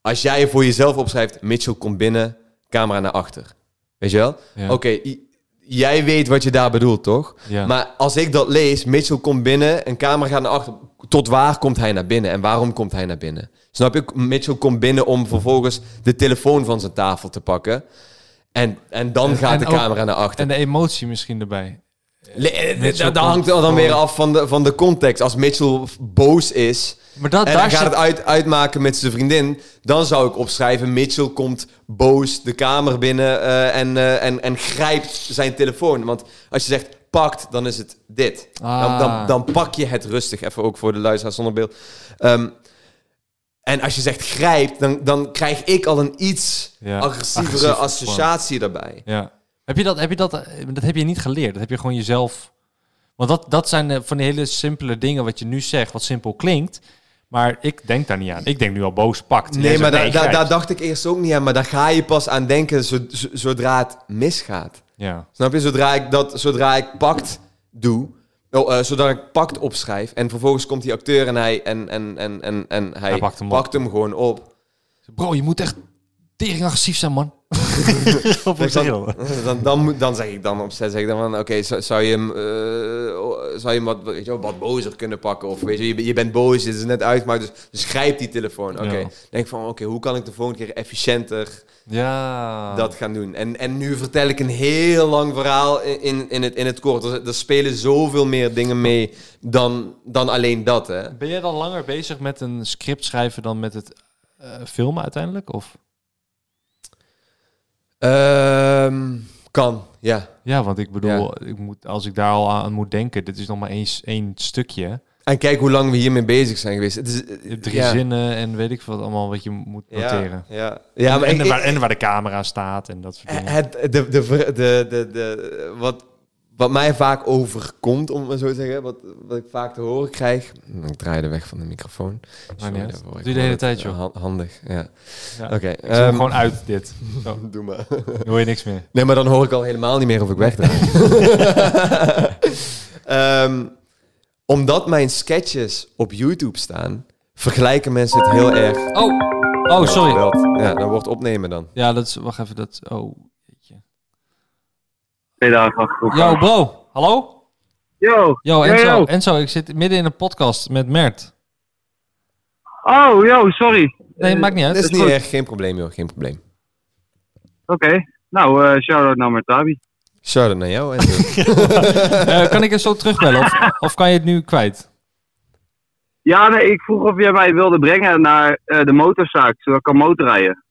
als jij voor jezelf opschrijft... Mitchell komt binnen, camera naar achter. Weet je wel? Ja. Oké, i- jij weet wat je daar bedoelt, toch? Ja. Maar als ik dat lees, Mitchell komt binnen, een camera gaat naar achter. Tot waar komt hij naar binnen en waarom komt hij naar binnen? Snap je? Mitchell komt binnen om vervolgens de telefoon van zijn tafel te pakken. En, en dan En- gaat en de ook- camera naar achter. En de emotie misschien erbij. Le- eh, Mitchell dat dat komt hangt er dan gewoon- weer af van de, van de context. Als Mitchell boos is Maar dat, en daar hij gaat zit... het uit, uitmaken met zijn vriendin, dan zou ik opschrijven: Mitchell komt boos de kamer binnen eh, en, eh, en, en grijpt zijn telefoon. Want als je zegt pakt, dan is het dit. Dan, Ah. dan, dan pak je het rustig, even ook voor de luisteraar zonder beeld. Ehm, en als je zegt grijpt, dan, dan krijg ik al een iets Ja, agressievere agressieve associatie daarbij. Ja. Heb je dat, heb je dat, eh, dat heb je niet geleerd. Dat heb je gewoon jezelf. Want dat, dat zijn eh, van die hele simpele dingen wat je nu zegt, wat simpel klinkt. Maar ik denk daar niet aan. Ik denk nu al boos pakt. En jij Nee, zegt, maar da- da- grijp. daar dacht ik eerst ook niet aan. Maar daar ga je pas aan denken zo- zo- zodra het misgaat. Ja, Snap je? Zodra ik, dat, zodra ik pakt doe, oh, eh, zodra ik pakt opschrijf en vervolgens komt die acteur en hij, en, en, en, en, en hij, Hij pakt pakt, hem hem, op. gewoon op. bro, je moet echt tering agressief zijn, man. Op Dus een dan, dan, dan, moet- dan zeg ik dan op set, zeg ik dan van, oké, zou, zou je hem, eh, oh, zou je hem wat, weet je, wel, wat bozer kunnen pakken? Of weet je, je, je bent boos, dit is net uitgemaakt, dus, dus grijp die telefoon. Oké, Ja. denk van, oké, hoe kan ik de volgende keer efficiënter Ja. dat gaan doen. En, en nu vertel ik een heel lang verhaal in, in, in het, in het kort. Er, er spelen zoveel meer dingen mee dan, dan alleen dat, hè. Ben jij dan langer bezig met een script schrijven dan met het eh, filmen uiteindelijk? Of? Ehm, kan, ja. Ja, want ik bedoel, Ik moet, als ik daar al aan moet denken, dit is nog maar één, s- één stukje. En kijk hoe lang we hiermee bezig zijn geweest. Het is, eh, Je hebt eh, drie ja. zinnen en weet ik veel wat allemaal wat je moet noteren. Ja, ja. ja maar en, ik- Eh, en waar, en waar de camera staat en dat soort dingen. Het, de, de, ver- de, de, de, wat, wat mij vaak overkomt, om het maar zo te zeggen, wat, wat ik vaak te horen krijg. Mm, Ik draai de weg van de microfoon. niet uit. daarvoor. Doe Ik je de hele vond het, tijd, joh. eh, han- Handig, ja. Ja. Oké. Ik zet hem ehm, gewoon uit dit. Zo, Doe maar. dan hoor je niks meer. Nee, maar dan hoor ik al helemaal niet meer of ik wegdraai. Ehm, omdat mijn sketches op YouTube staan, vergelijken mensen het heel erg. Oh, oh sorry. Wel, Ja, dat wordt opnemen dan. Ja, dat is, wacht even, dat, oh. jeetje. Twee dagen achter Yo bro, hallo? Yo. Yo Yo, Enzo, yo. Enzo, ik zit midden in een podcast met Mert. Oh, yo, sorry. Eh, Nee, maakt niet Eh, Dat uit. is is niet goed. erg, geen probleem joh, geen probleem. Oké. Nou, eh shout-out naar Mertabi. Shout-out naar jou en Eh, kan ik er zo terugbellen of, of kan je het nu kwijt? Ja, nee, ik vroeg of jij mij wilde brengen naar eh, de motorzaak, zodat ik kan motorrijden.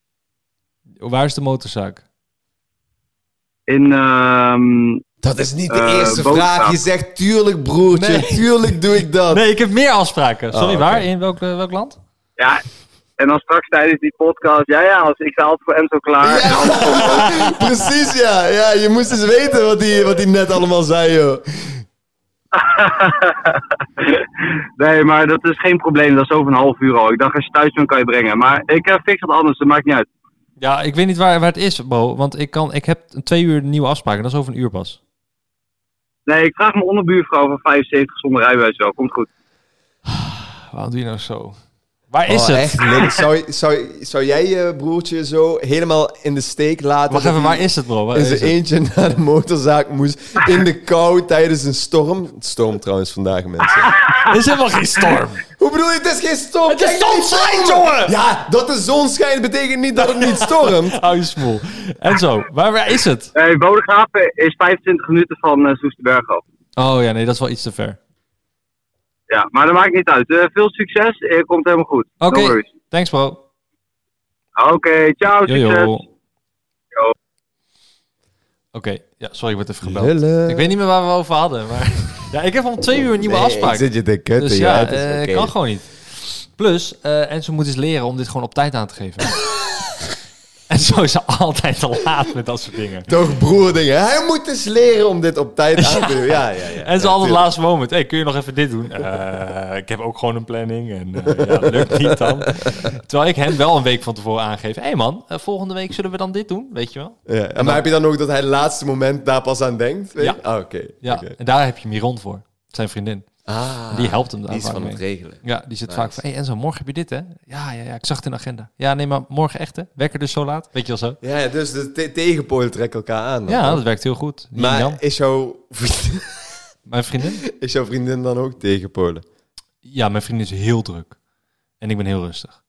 Waar is de motorzaak? In, ehm, Dat is niet de Eh, eerste boodschap. vraag. Je zegt tuurlijk broertje, Nee. tuurlijk doe ik dat. Nee, ik heb meer afspraken. Sorry, Oh, oké. waar? In welk, eh, welk land? ja, en dan straks tijdens die podcast, ja, ja, als, ik sta altijd voor Enzo klaar. Ja. Precies ja. ja, je moest eens weten wat hij wat die net allemaal zei joh. nee, maar dat is geen probleem, dat is over een half uur al. Ik dacht, als je thuis bent, kan je brengen. Maar ik eh, fix het anders, dat maakt niet uit. Ja, ik weet niet waar, waar het is, Bo. Want ik, kan, ik heb een twee uur een nieuwe afspraak en dat is over een uur pas. Nee, ik vraag mijn onderbuurvrouw van 75 zonder rijbewijs wel, komt goed. Waarom doe je nou zo? Waar is Oh, het? Echt, lelijk. zou, zou, zou jij je broertje zo helemaal in de steek laten? Wacht dat even, waar hij is het, bro? Waar in is zijn het? eentje naar de motorzaak moest. In de kou tijdens een storm. Het storm trouwens vandaag, mensen. Er is helemaal geen storm. Hoe bedoel je, het is geen storm? Het is Kijk naar die zonschijn, storm. jongen! Ja, dat de zon schijnt betekent niet dat het niet stormt. Hou je smoel. En zo, waar, waar is het? Nee, Bodegraven is 25 minuten van eh Soesterberg af. Oh ja, nee, dat is wel iets te ver. Ja, maar dat maakt niet uit. Eh, veel succes. Eh, komt helemaal goed. No Oké, worries. thanks bro. Oké, Yo, ciao. Succes. yo. Yo. Oké, ja, sorry, ik werd even gebeld. Lullen. Ik weet niet meer waar we over hadden, maar... Ja, ik heb om twee uur een nieuwe Nee, afspraak. ik zit je te kutten, Dus ja. ja, het is eh, oké. kan gewoon niet. Plus, eh Enzo moet eens leren om dit gewoon op tijd aan te geven. Enzo is altijd te laat met dat soort dingen. Toch broerdingen. Hij moet eens leren om dit op tijd aan te doen. Ja, ja, ja. En zo altijd tuurlijk. laatste moment. Hey, kun je nog even dit doen? Eh, ik heb ook gewoon een planning. En eh, ja, lukt niet dan. Terwijl ik hem wel een week van tevoren aangeef. Hé hey man, eh, volgende week zullen we dan dit doen. Weet je wel? Ja. En maar heb je dan ook dat hij het laatste moment daar pas aan denkt? Weet Ja. je? Ah, oké. Ja, oké. en daar heb je Miron voor. Zijn vriendin. Ah, Die helpt hem daar die is vaak van mee. het regelen. Ja, die zit Nice. vaak van... Hé hey Enzo, morgen heb je dit hè? Ja, ja, ja, ik zag het in de agenda. Ja, nee, maar morgen echt hè? Wekker dus zo laat? Weet je wel zo? Ja, ja, dus de te- tegenpolen trekken elkaar aan. dan. Ja, dat werkt heel goed. Yin Maar Yang, is jouw, vriendin, mijn vriendin? is jouw vriendin dan ook tegenpolen? Ja, mijn vriendin is heel druk. En ik ben heel rustig.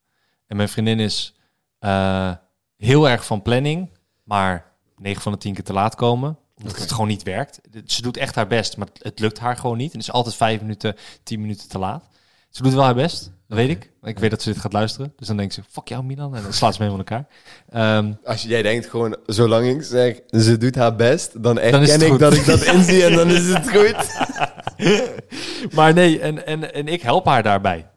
En mijn vriendin is eh, heel erg van planning, maar 9 van de 10 keer te laat komen. Omdat het gewoon niet werkt. Ze doet echt haar best, maar het- het lukt haar gewoon niet. En is altijd 5 minuten, 10 minuten te laat. Ze doet wel haar best, dat weet ik. Ik weet dat ze dit gaat luisteren. Dus dan denkt ze, fuck jou Milan. En dan slaat ze me helemaal in elkaar. Ehm, Als jij denkt gewoon, zolang ik zeg, ze doet haar best, dan is het erken ik goed. dat ik dat inzie en dan is het goed. maar nee, en, en, en ik help haar daarbij.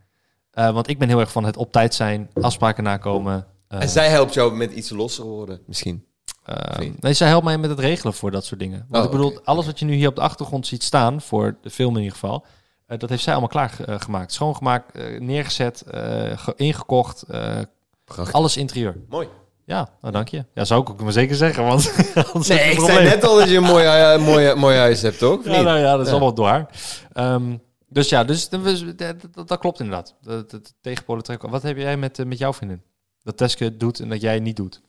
Eh, want ik ben heel erg van het op tijd zijn, afspraken nakomen. eh, En zij helpt jou met iets losser worden, misschien. Ehm, Vriend. nee, zij helpt mij met het regelen voor dat soort dingen. Want Oh, ik bedoel, oké. alles wat je nu hier op de achtergrond ziet staan, voor de film in ieder geval, eh, dat heeft zij allemaal klaargemaakt. Schoongemaakt, eh, neergezet, eh, ge- ingekocht, eh, Prachtig. alles interieur. Mooi. Ja, nou dank je. Ja, zou ik ook maar zeker zeggen, want anders heb je Nee, een ik probleem. zei net al dat je een mooi, eh, mooi, mooi huis hebt, toch? Of Ja, niet? nou ja, dat is Ja. allemaal door haar. Ehm, dus ja, dus, dus, dat, dat- dat klopt inderdaad. Dat, dat, tegenpolen trekken. Wat heb jij met, eh, met jouw vriendin? Dat Teske het doet en dat jij het niet doet.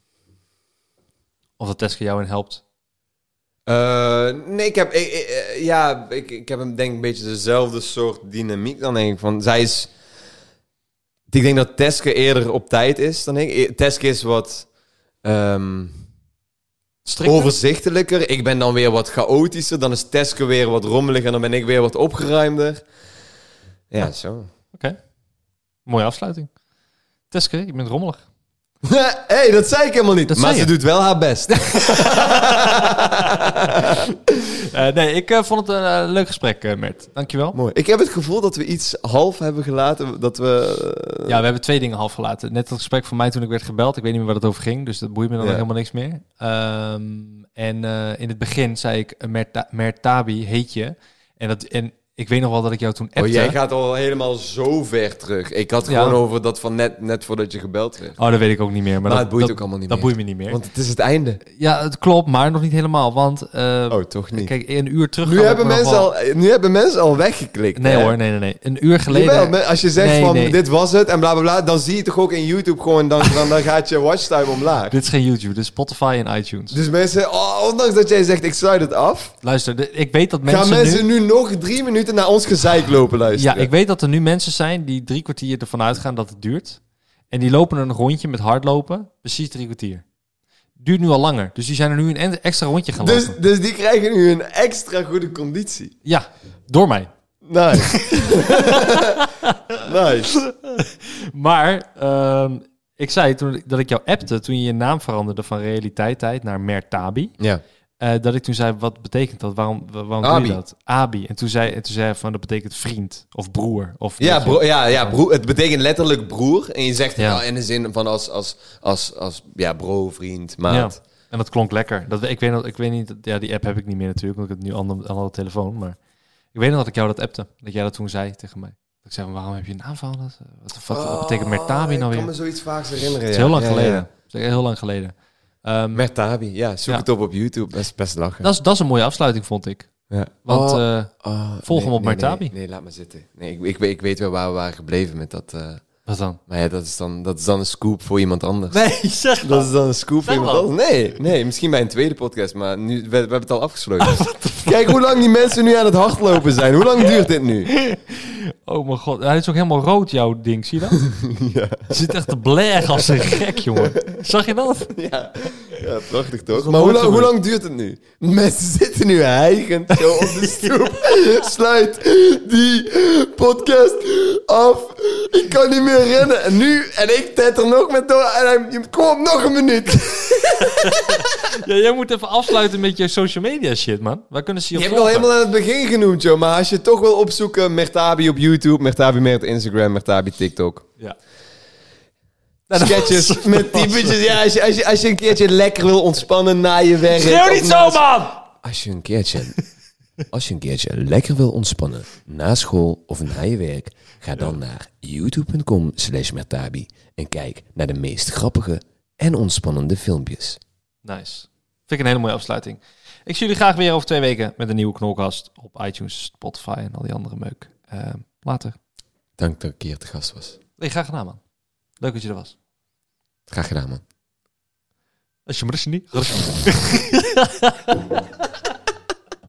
Of dat Teske jou in helpt. Eh, nee, ik heb, ik, ik- eh, ja, ik, ik heb hem denk ik een beetje dezelfde soort dynamiek dan denk ik. Van, zij is, ik denk dat Teske eerder op tijd is dan ik. Eh, Teske is wat ehm, Strikter? overzichtelijker. Ik ben dan weer wat chaotischer. Dan is Teske weer wat rommeliger en dan ben ik weer wat opgeruimder. Ja, zo. Mooie afsluiting. Teske, je bent rommelig. Hé, hey, dat zei ik helemaal niet. Dat maar zei ze je. doet wel haar best. Eh, nee, ik eh, vond het een eh, leuk gesprek, eh, Mert. Dankjewel. Mooi. Ik heb het gevoel dat we iets half hebben gelaten. Dat we. eh, Ja, we hebben twee dingen half gelaten. Net dat gesprek van mij toen ik werd gebeld. Ik weet niet meer waar het over ging, dus dat boeit me dan Ja. helemaal niks meer. Ehm, en eh, in het begin zei ik, eh, Merta- Mertabi heet je. En, dat, en ik weet nog wel dat ik jou toen appte. Oh, jij gaat al helemaal zo ver terug. Ik had Ja. gewoon over dat van net, net voordat je gebeld werd. Oh, dat weet ik ook niet meer. Maar, Maar, dat, Nou, het boeit dat- ook allemaal niet Dat meer. boeit me niet meer. Want het is het einde. ja, het klopt, maar nog niet helemaal. Want eh, Oh, toch niet. kijk, een uur terug... nu, kan ik hebben me nog mensen wel- al, nu hebben mensen al weggeklikt. Nee hè? hoor, nee, nee, nee. Een uur geleden... Jawel, me- als je zegt Nee, van nee. dit was het en bla bla bla, dan zie je toch ook in YouTube gewoon, dan, dan, dan gaat je watchtime omlaag. Dit is geen YouTube, dit is Spotify en iTunes. Dus mensen, oh, ondanks dat jij zegt ik sluit het af, Luister, de- ik weet dat mensen, gaan nu... mensen nu... nog drie minuten naar ons gezeik lopen Ja, luisteren. ik weet dat er nu mensen zijn die drie kwartier ervan uitgaan dat het duurt. En die lopen een rondje met hardlopen, precies drie kwartier. Duurt nu al langer, dus die zijn er nu een en- extra rondje gaan dus, lopen. dus die krijgen nu een extra goede conditie. Ja, door mij. Nice. nice. Maar ehm, ik zei toen ik- dat ik jou appte, toen je je naam veranderde van realiteit naar Mertabi. Ja. eh, dat ik toen zei, wat betekent dat? Waarom, wa- waarom doe Abi. je dat? Abi. En toen zei, en toen zei hij van, dat betekent vriend of broer. Of Ja, bro, ja, ja broer, het betekent letterlijk broer. En je zegt het Ja. wel in de zin van als, als, als, als ja, bro, vriend, Ja. maat. En dat klonk lekker. Dat, ik, weet, nog- ik weet niet, ja, die app heb ik niet meer natuurlijk, want ik heb nu een ander- een andere telefoon. Maar ik weet nog dat ik jou dat appte. Dat jij dat toen zei tegen mij. Dat ik zei, maar waarom heb je een naam veranderd? Wat de fuck, wat betekent Mertabi nou Oh, Ik weer? kan me zoiets vaak herinneren. Het is ja. heel lang Ja, ja, geleden. ja. Dat is echt heel lang geleden. Ehm, Mertabi, ja, zoek Ja. het op op YouTube. Best, best lachen. dat, is, dat is een mooie afsluiting, vond ik. Ja. Want Oh, eh, oh, volg nee, hem op nee, Mertabi. Nee, nee, laat maar zitten. Nee, ik, ik, weet- ik weet wel waar we waren gebleven met dat. eh, wat dan? maar ja, dat is, dan, dat is dan een scoop voor iemand anders. Nee, zeg Dat is dan een scoop voor Zeg iemand maar. anders. Nee, nee, misschien bij een tweede podcast, maar nu, we, we hebben het al afgesloten. Kijk hoe lang die mensen nu aan het hardlopen zijn. Hoe lang duurt dit nu? Oh mijn god, hij is ook helemaal rood, jouw ding. Zie je dat? Je zit echt te blergen als een gek, jongen. Zag je dat? Ja, ja prachtig toch? een Maar hoe mooi lang, hoe gebeurd. lang duurt het nu? Mensen zitten nu hijgend zo op de stoep. Sluit die podcast af. Ik kan niet meer rennen. En nu, en ik tetter nog met door. En hij, kom op, nog een minuut. Ja, jij moet even afsluiten met je social media shit, man. Waar kunnen ze Je je hebt op het al volgen? helemaal aan het begin genoemd, joh. Maar als je het toch wil opzoeken, Mertabi op YouTube, Mertabi Mert Instagram, Mertabi TikTok. Ja. Sketches met typetjes. Ja, als je, als, je, als je een keertje lekker wil ontspannen na je werk. Schreeuw of niet na zo, man! Als je een keertje, als je een keertje lekker wil ontspannen na school of na je werk, ga dan naar youtube.com slash mertabi en kijk naar de meest grappige en ontspannende filmpjes. Nice. Vind ik een hele mooie afsluiting. Ik zie jullie graag weer over twee weken met een nieuwe knolkast op iTunes, Spotify en al die andere meuk. Ehm, later. Dank dat ik hier te gast was. Hey, graag gedaan, man. Leuk dat je er was. Graag gedaan, man. Als je me niet.